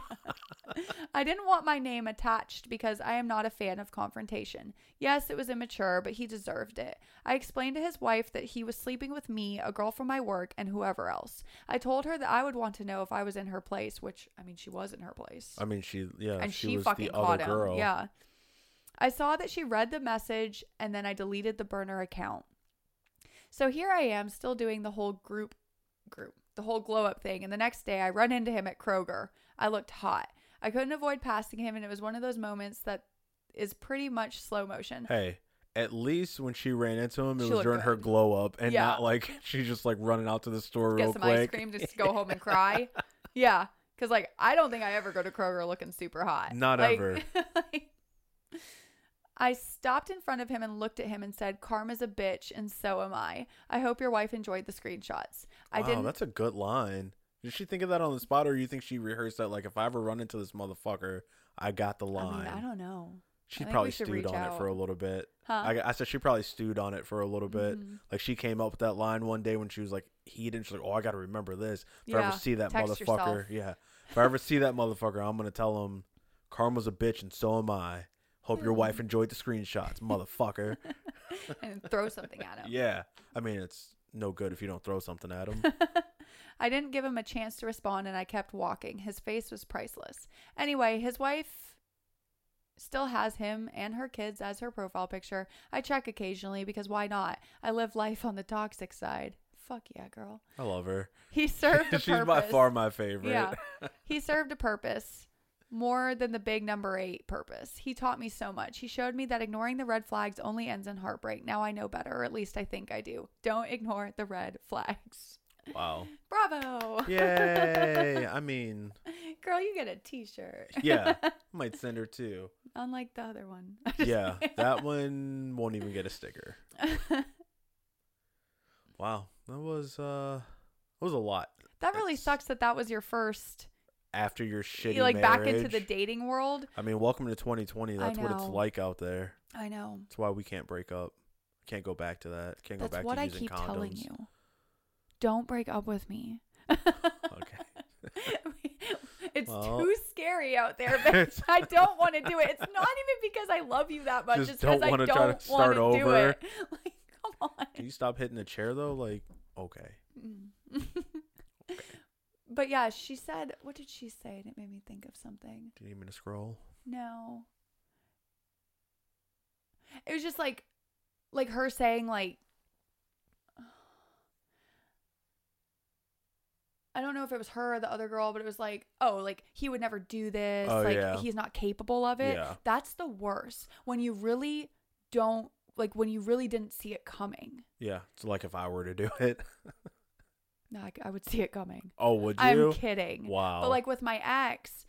I didn't want my name attached because I am not a fan of confrontation. Yes, it was immature, but he deserved it. I explained to his wife that he was sleeping with me, a girl from my work, and whoever else. I told her that I would want to know if I was in her place, which, I mean, she was in her place. I mean, she yeah, and she, was fucking the caught other him. girl. Yeah. I saw that she read the message and then I deleted the burner account. So here I am still doing the whole group group, the whole glow up thing. And the next day I run into him at Kroger. I looked hot. I couldn't avoid passing him and it was one of those moments that is pretty much slow motion. Hey, at least when she ran into him, it was She looked during her good. glow up, and Yeah. not like she's just like running out to the store real Get some quick. ice cream, just go home and cry. yeah. Cause like I don't think I ever go to Kroger looking super hot. Not Like- ever. like- I stopped in front of him and looked at him and said, "Karma's a bitch, and so am I. I hope your wife enjoyed the screenshots. I wow, didn't. that's a good line. Did she think of that on the spot, or you think she rehearsed that? Like, if I ever run into this motherfucker, I got the I line. mean, I don't know. she think we probably should stewed reach on it for out. a little bit. Huh? I, I said she probably stewed on it for a little bit. Mhm. Like she came up with that line one day when she was like heated. She's like, "Oh, I got to remember this. If I Yeah, ever see that text motherfucker, yourself. yeah. If I ever see that motherfucker, I'm gonna tell him karma's a bitch and so am I. Hope your Mm. wife enjoyed the screenshots, motherfucker. and throw something at him. yeah. I mean, it's no good if you don't throw something at him. I didn't give him a chance to respond and I kept walking. His face was priceless. Anyway, his wife still has him and her kids as her profile picture. I check occasionally because why not? I live life on the toxic side. Fuck yeah, girl. I love her. He served a She's purpose. by far my favorite. Yeah. he served a purpose more than the big number eight purpose. He taught me so much. He showed me that ignoring the red flags only ends in heartbreak. Now I know better, or at least I think I do. Don't ignore the red flags. Wow. Bravo. Yay. I mean, Girl, you get a t shirt. yeah. Might send her too. Unlike the other one. Yeah. That one won't even get a sticker. Wow. That was uh that was a lot. that really That's- sucks that that was your first, After your shitty you like back into marriage. the dating world. I mean, welcome to 2020. I That's what it's know. like out there. I know. That's why we can't break up. Can't go back to that. Can't go That's back what to I using keep condoms. telling you. Don't break up with me. Okay. it's Well. too scary out there, bitch. I don't want to do it. It's not even because I love you that much. Just it's because don't I wanna don't try to want to start do over. it. Like, come on. Can you stop hitting the chair though? Like, okay. Mm. but yeah, she said, what did she say? And it made me think of something. Do you need me to scroll? No. It was just like like her saying like I don't know if it was her or the other girl, but it was like, oh, like he would never do this. Oh, like yeah. he's not capable of it. Yeah. That's the worst. When you really don't like when you really didn't see it coming. Yeah. It's like if I were to do it. No, I, I would see it coming. Oh, would I'm you? kidding. wow. But like with my ex,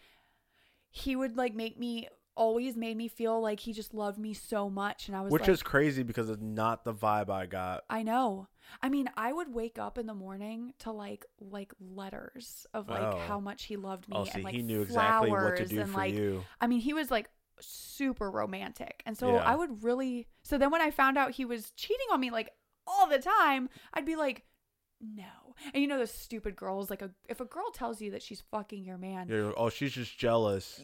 he would like make me always made me feel like he just loved me so much, and I was Which like, is crazy because it's not the vibe I got. I know. I mean, I would wake up in the morning to like like letters of like Oh. how much he loved me, Oh, see, and like he knew exactly what to flowers do and for like you. I mean, he was like super romantic. And so Yeah. I would really so then when I found out he was cheating on me like all the time, I'd be like, no. And you know those stupid girls, like a, if a girl tells you that she's fucking your man, You're like, oh, she's just jealous.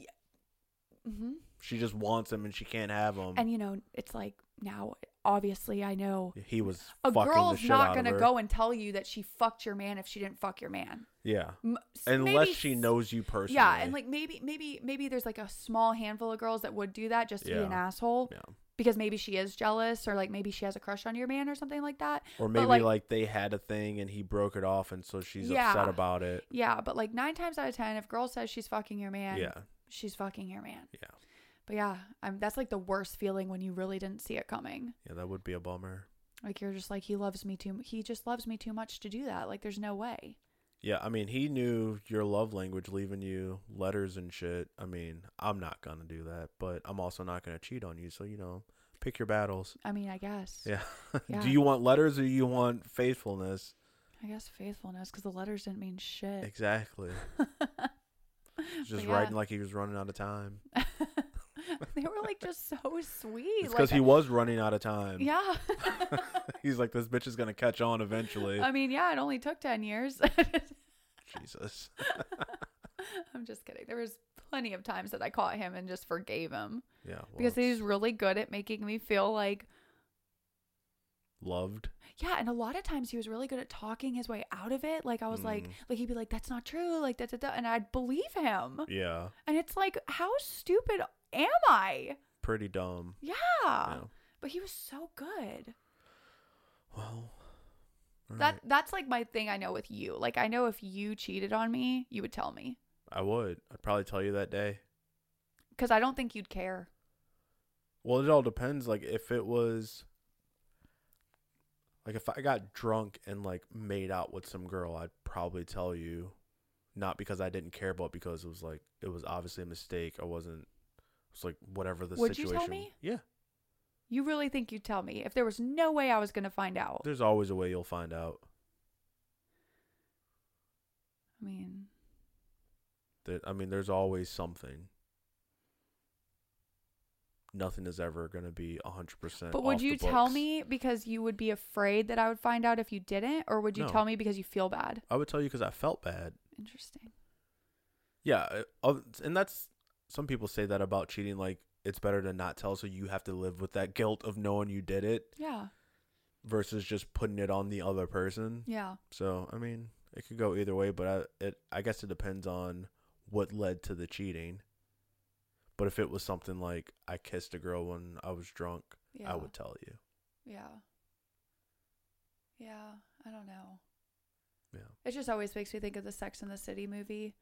hmm She just wants him and she can't have him. and you know, it's like now obviously I know he was a fucking the girl's shit not out of gonna her. go and tell you that she fucked your man if she didn't fuck your man. Yeah. M- Unless maybe she s- knows you personally. Yeah, and like maybe maybe maybe there's like a small handful of girls that would do that just to be an Yeah. asshole Yeah. because maybe she is jealous or like maybe she has a crush on your man or something like that. Or But, maybe like, like- they had a thing and he broke it off, and so she's upset Yeah. about it. Yeah, but like 9 times out of 10 if girl says she's fucking your man, yeah, she's fucking your man. yeah, But yeah, I'm that's like the worst feeling when you really didn't see it coming. yeah. That would be a bummer. Like you're just like he loves me too he just loves me too much to do that. Like there's no way. Yeah, I mean, he knew your love language, leaving you letters and shit. I mean, I'm not gonna do that, but I'm also not gonna cheat on you. So you know, pick your battles. I mean, I guess. Yeah. Yeah. do you want letters or you want faithfulness? I guess faithfulness cuz the letters didn't mean shit. Exactly. Just yeah. writing like he was running out of time. they were like just so sweet. It's because like, he was running out of time. yeah. He's like, this bitch is gonna catch on eventually. I mean, yeah, it only took 10 years. Jesus. I'm just kidding. There was plenty of times that I caught him and just forgave him Yeah. well, because it's he's really good at making me feel like loved. yeah, and a lot of times he was really good at talking his way out of it. Like I was like Mm. like he'd be like that's not true, like da da da and I'd believe him. Yeah. And it's like how stupid am I? Pretty dumb. Yeah. Ah. Yeah. But he was so good. Well. all That right. that's like my thing I know with you. Like I know if you cheated on me, you would tell me I would. I'd probably tell you that day. cuz I don't think you'd care. Well, it all depends. Like if it was. Like if I got drunk and like made out with some girl, I'd probably tell you, not because I didn't care, but because it was like it was obviously a mistake. I wasn't. It's like whatever the Would you situation. tell me? Yeah, You really think you'd tell me if there was no way I was going to find out? there's always a way you'll find out. I mean, That I mean, there's always something. Nothing is ever gonna be hundred percent. But would you tell me because you would be afraid that I would find out if you didn't, or would you No. tell me because you feel bad? I would tell you because I felt bad. Interesting. Yeah, I- I'll- and that's some people say that about cheating. Like it's better to not tell, so you have to live with that guilt of knowing you did it Yeah. versus just putting it on the other person. Yeah. So I mean, it could go either way, but I it I guess it depends on what led to the cheating. But if it was something like I kissed a girl when I was drunk, Yeah. I would tell you. Yeah. Yeah. I don't know. Yeah. It just always makes me think of the Sex and the City movie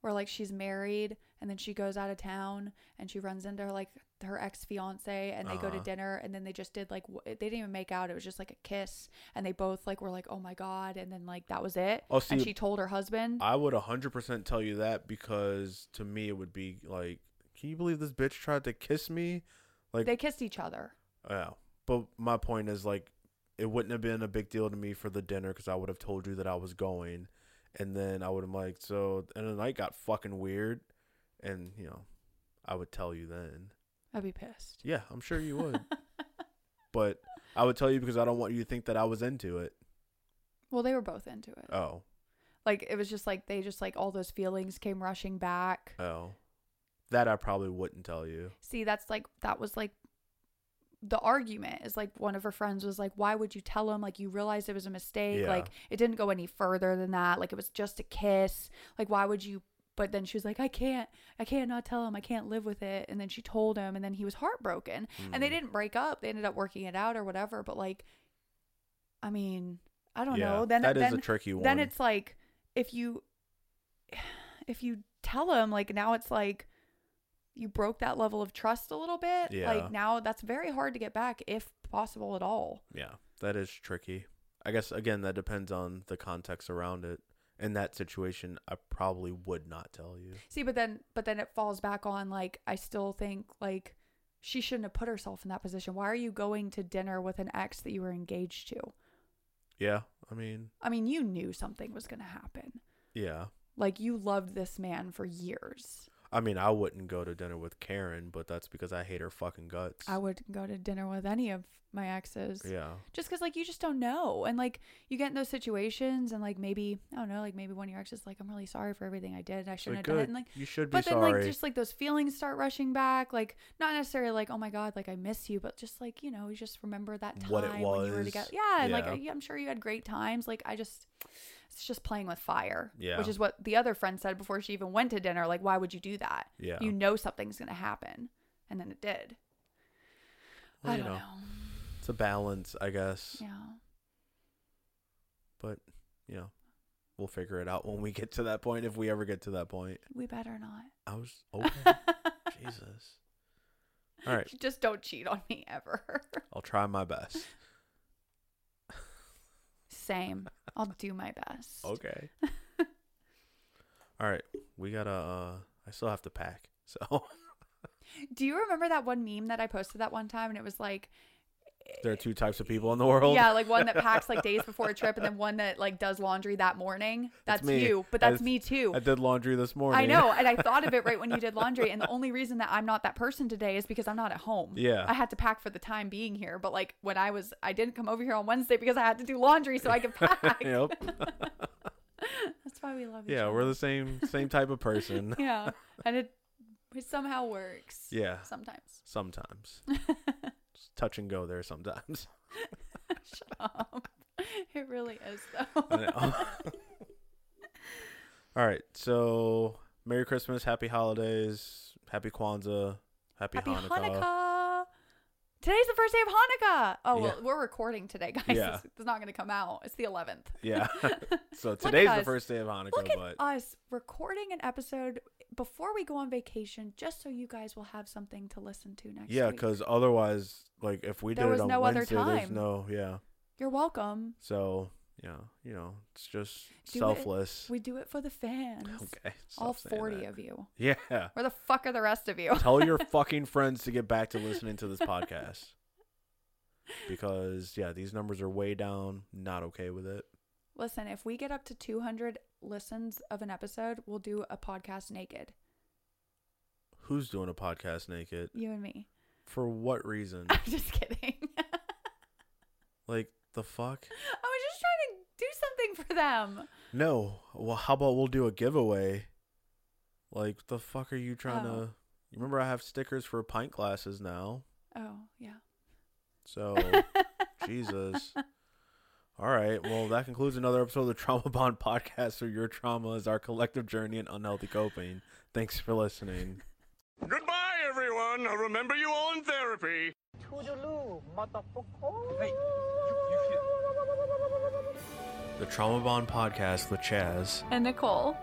where like she's married and then she goes out of town and she runs into her like her ex fiance and they go to Uh-huh. dinner and then they just did like w- they didn't even make out it was just like a kiss and they both like were like oh my god and then like that was it Oh, and see- she told her husband I would 100% tell you that because to me it would be like, can you believe this bitch tried to kiss me? Like, they kissed each other yeah. But my point is like, it wouldn't have been a big deal to me for the dinner because I would have told you that I was going, and then I would have been like, so and the night got fucking weird, and you know, I would tell you then. I'd be pissed. Yeah, I'm sure you would, but I would tell you because I don't want you to think that I was into it. well, they were both into it. Oh, Like it was just like they just like all those feelings came rushing back. oh, that I probably wouldn't tell you. See, that's like that was like the argument is like one of her friends was like, "Why would you tell him? Like you realized it was a mistake. Yeah. Like it didn't go any further than that. Like it was just a kiss. Like why would you?" But then she was like, "I can't. I can't not tell him. I can't live with it." And then she told him, and then he was heartbroken. And they Mm. didn't break up. They ended up working it out or whatever. But like, I mean, I don't Yeah, know. Then that is then, a tricky one. then it's like if you if you tell him like now it's like you broke that level of trust a little bit Yeah. like now that's very hard to get back if possible at all Yeah, that is tricky. I guess again that depends on the context around it. In that situation, I probably would not tell you. see but then but then it falls back on like i still think like she shouldn't have put herself in that position why are you going to dinner with an ex that you were engaged to Yeah, I mean, i mean you knew something was going to happen yeah. like you loved this man for years I mean, I wouldn't go to dinner with Karen, but that's because I hate her fucking guts. i would go to dinner with any of my exes yeah. just because like you just don't know and like you get in those situations and like maybe i don't know like maybe one of your exes like i'm really sorry for everything i did i It's shouldn't like, have done it good, and like you should be but then sorry. like just like those feelings start rushing back like not necessarily like oh my god like i miss you but just like you know you just remember that time What it when you were was. together yeah and like Yeah. I- i'm sure you had great times like i just it's just playing with fire Yeah. which is what the other friend said before she even went to dinner like why would you do that yeah. you know something's gonna happen and then it did Well, i you don't know. know, It's a balance, I guess. yeah But, you know, we'll figure it out when we get to that point, if we ever get to that point. we better not I was, okay. Jesus. All right. Just don't cheat on me ever. I'll try my best. Same. I'll do my best. Okay. All right, we gotta. Uh, I still have to pack, so Do you remember that one meme that I posted that one time and it was like There are two types of people in the world. Eh, Yeah, like one that packs like days before a trip and then one that like does laundry that morning. That's, me. you, but I that's just- me too. I did laundry this morning. I know, and I thought of it right when you did laundry. And the only reason that I'm not that person today is because I'm not at home. Yeah. I had to pack for the time being here, but like when I was, I didn't come over here on Wednesday because I had to do laundry so I could pack. yep. That's why we love each Yeah, other. we're the same same type of person. yeah, and it, it somehow works. Yeah. sometimes. Sometimes. Just touch and go there sometimes. Shut up. Um, It really is though. I know. All right. So, Merry Christmas, Happy Holidays, Happy Kwanzaa, Happy, Happy Hanukkah. Hanukkah. Today's the first day of Hanukkah. Oh well, Yeah. we're recording today, guys. Yeah. This It's not going to come out. It's the 11th. Yeah. so Look at today's the us. first day of Hanukkah, Look at but us recording an episode before we go on vacation, just so you guys will have something to listen to next yeah, week. because otherwise, like if we There did was it on no other Wednesday, there's time. no yeah. you're welcome. So yeah, you know, it's just Do it. selfless. We do it for the fans. okay, stop All saying 40 that. of you. Yeah, Where the fuck are the rest of you? tell your fucking friends to get back to listening to this podcast because yeah, these numbers are way down. Not okay with it. Listen, if we get up to 200 listens of an episode, we'll do a podcast naked. Who's doing a podcast naked? You and me. For what reason? I'm just kidding. like the fuck? I was just trying to do something for them. No. Well, how about we'll do a giveaway? Like, the fuck are you trying Oh. to? You remember I have stickers for pint glasses now. Oh, yeah. So, Jesus. All right. Well, that concludes another episode of the Trauma Bond Podcast, where your trauma is our collective journey in unhealthy coping. Thanks for listening. Goodbye, everyone. I'll remember you all in therapy. Toodaloo, motherfucker. The Trauma Bond Podcast with Chaz. And Nicole.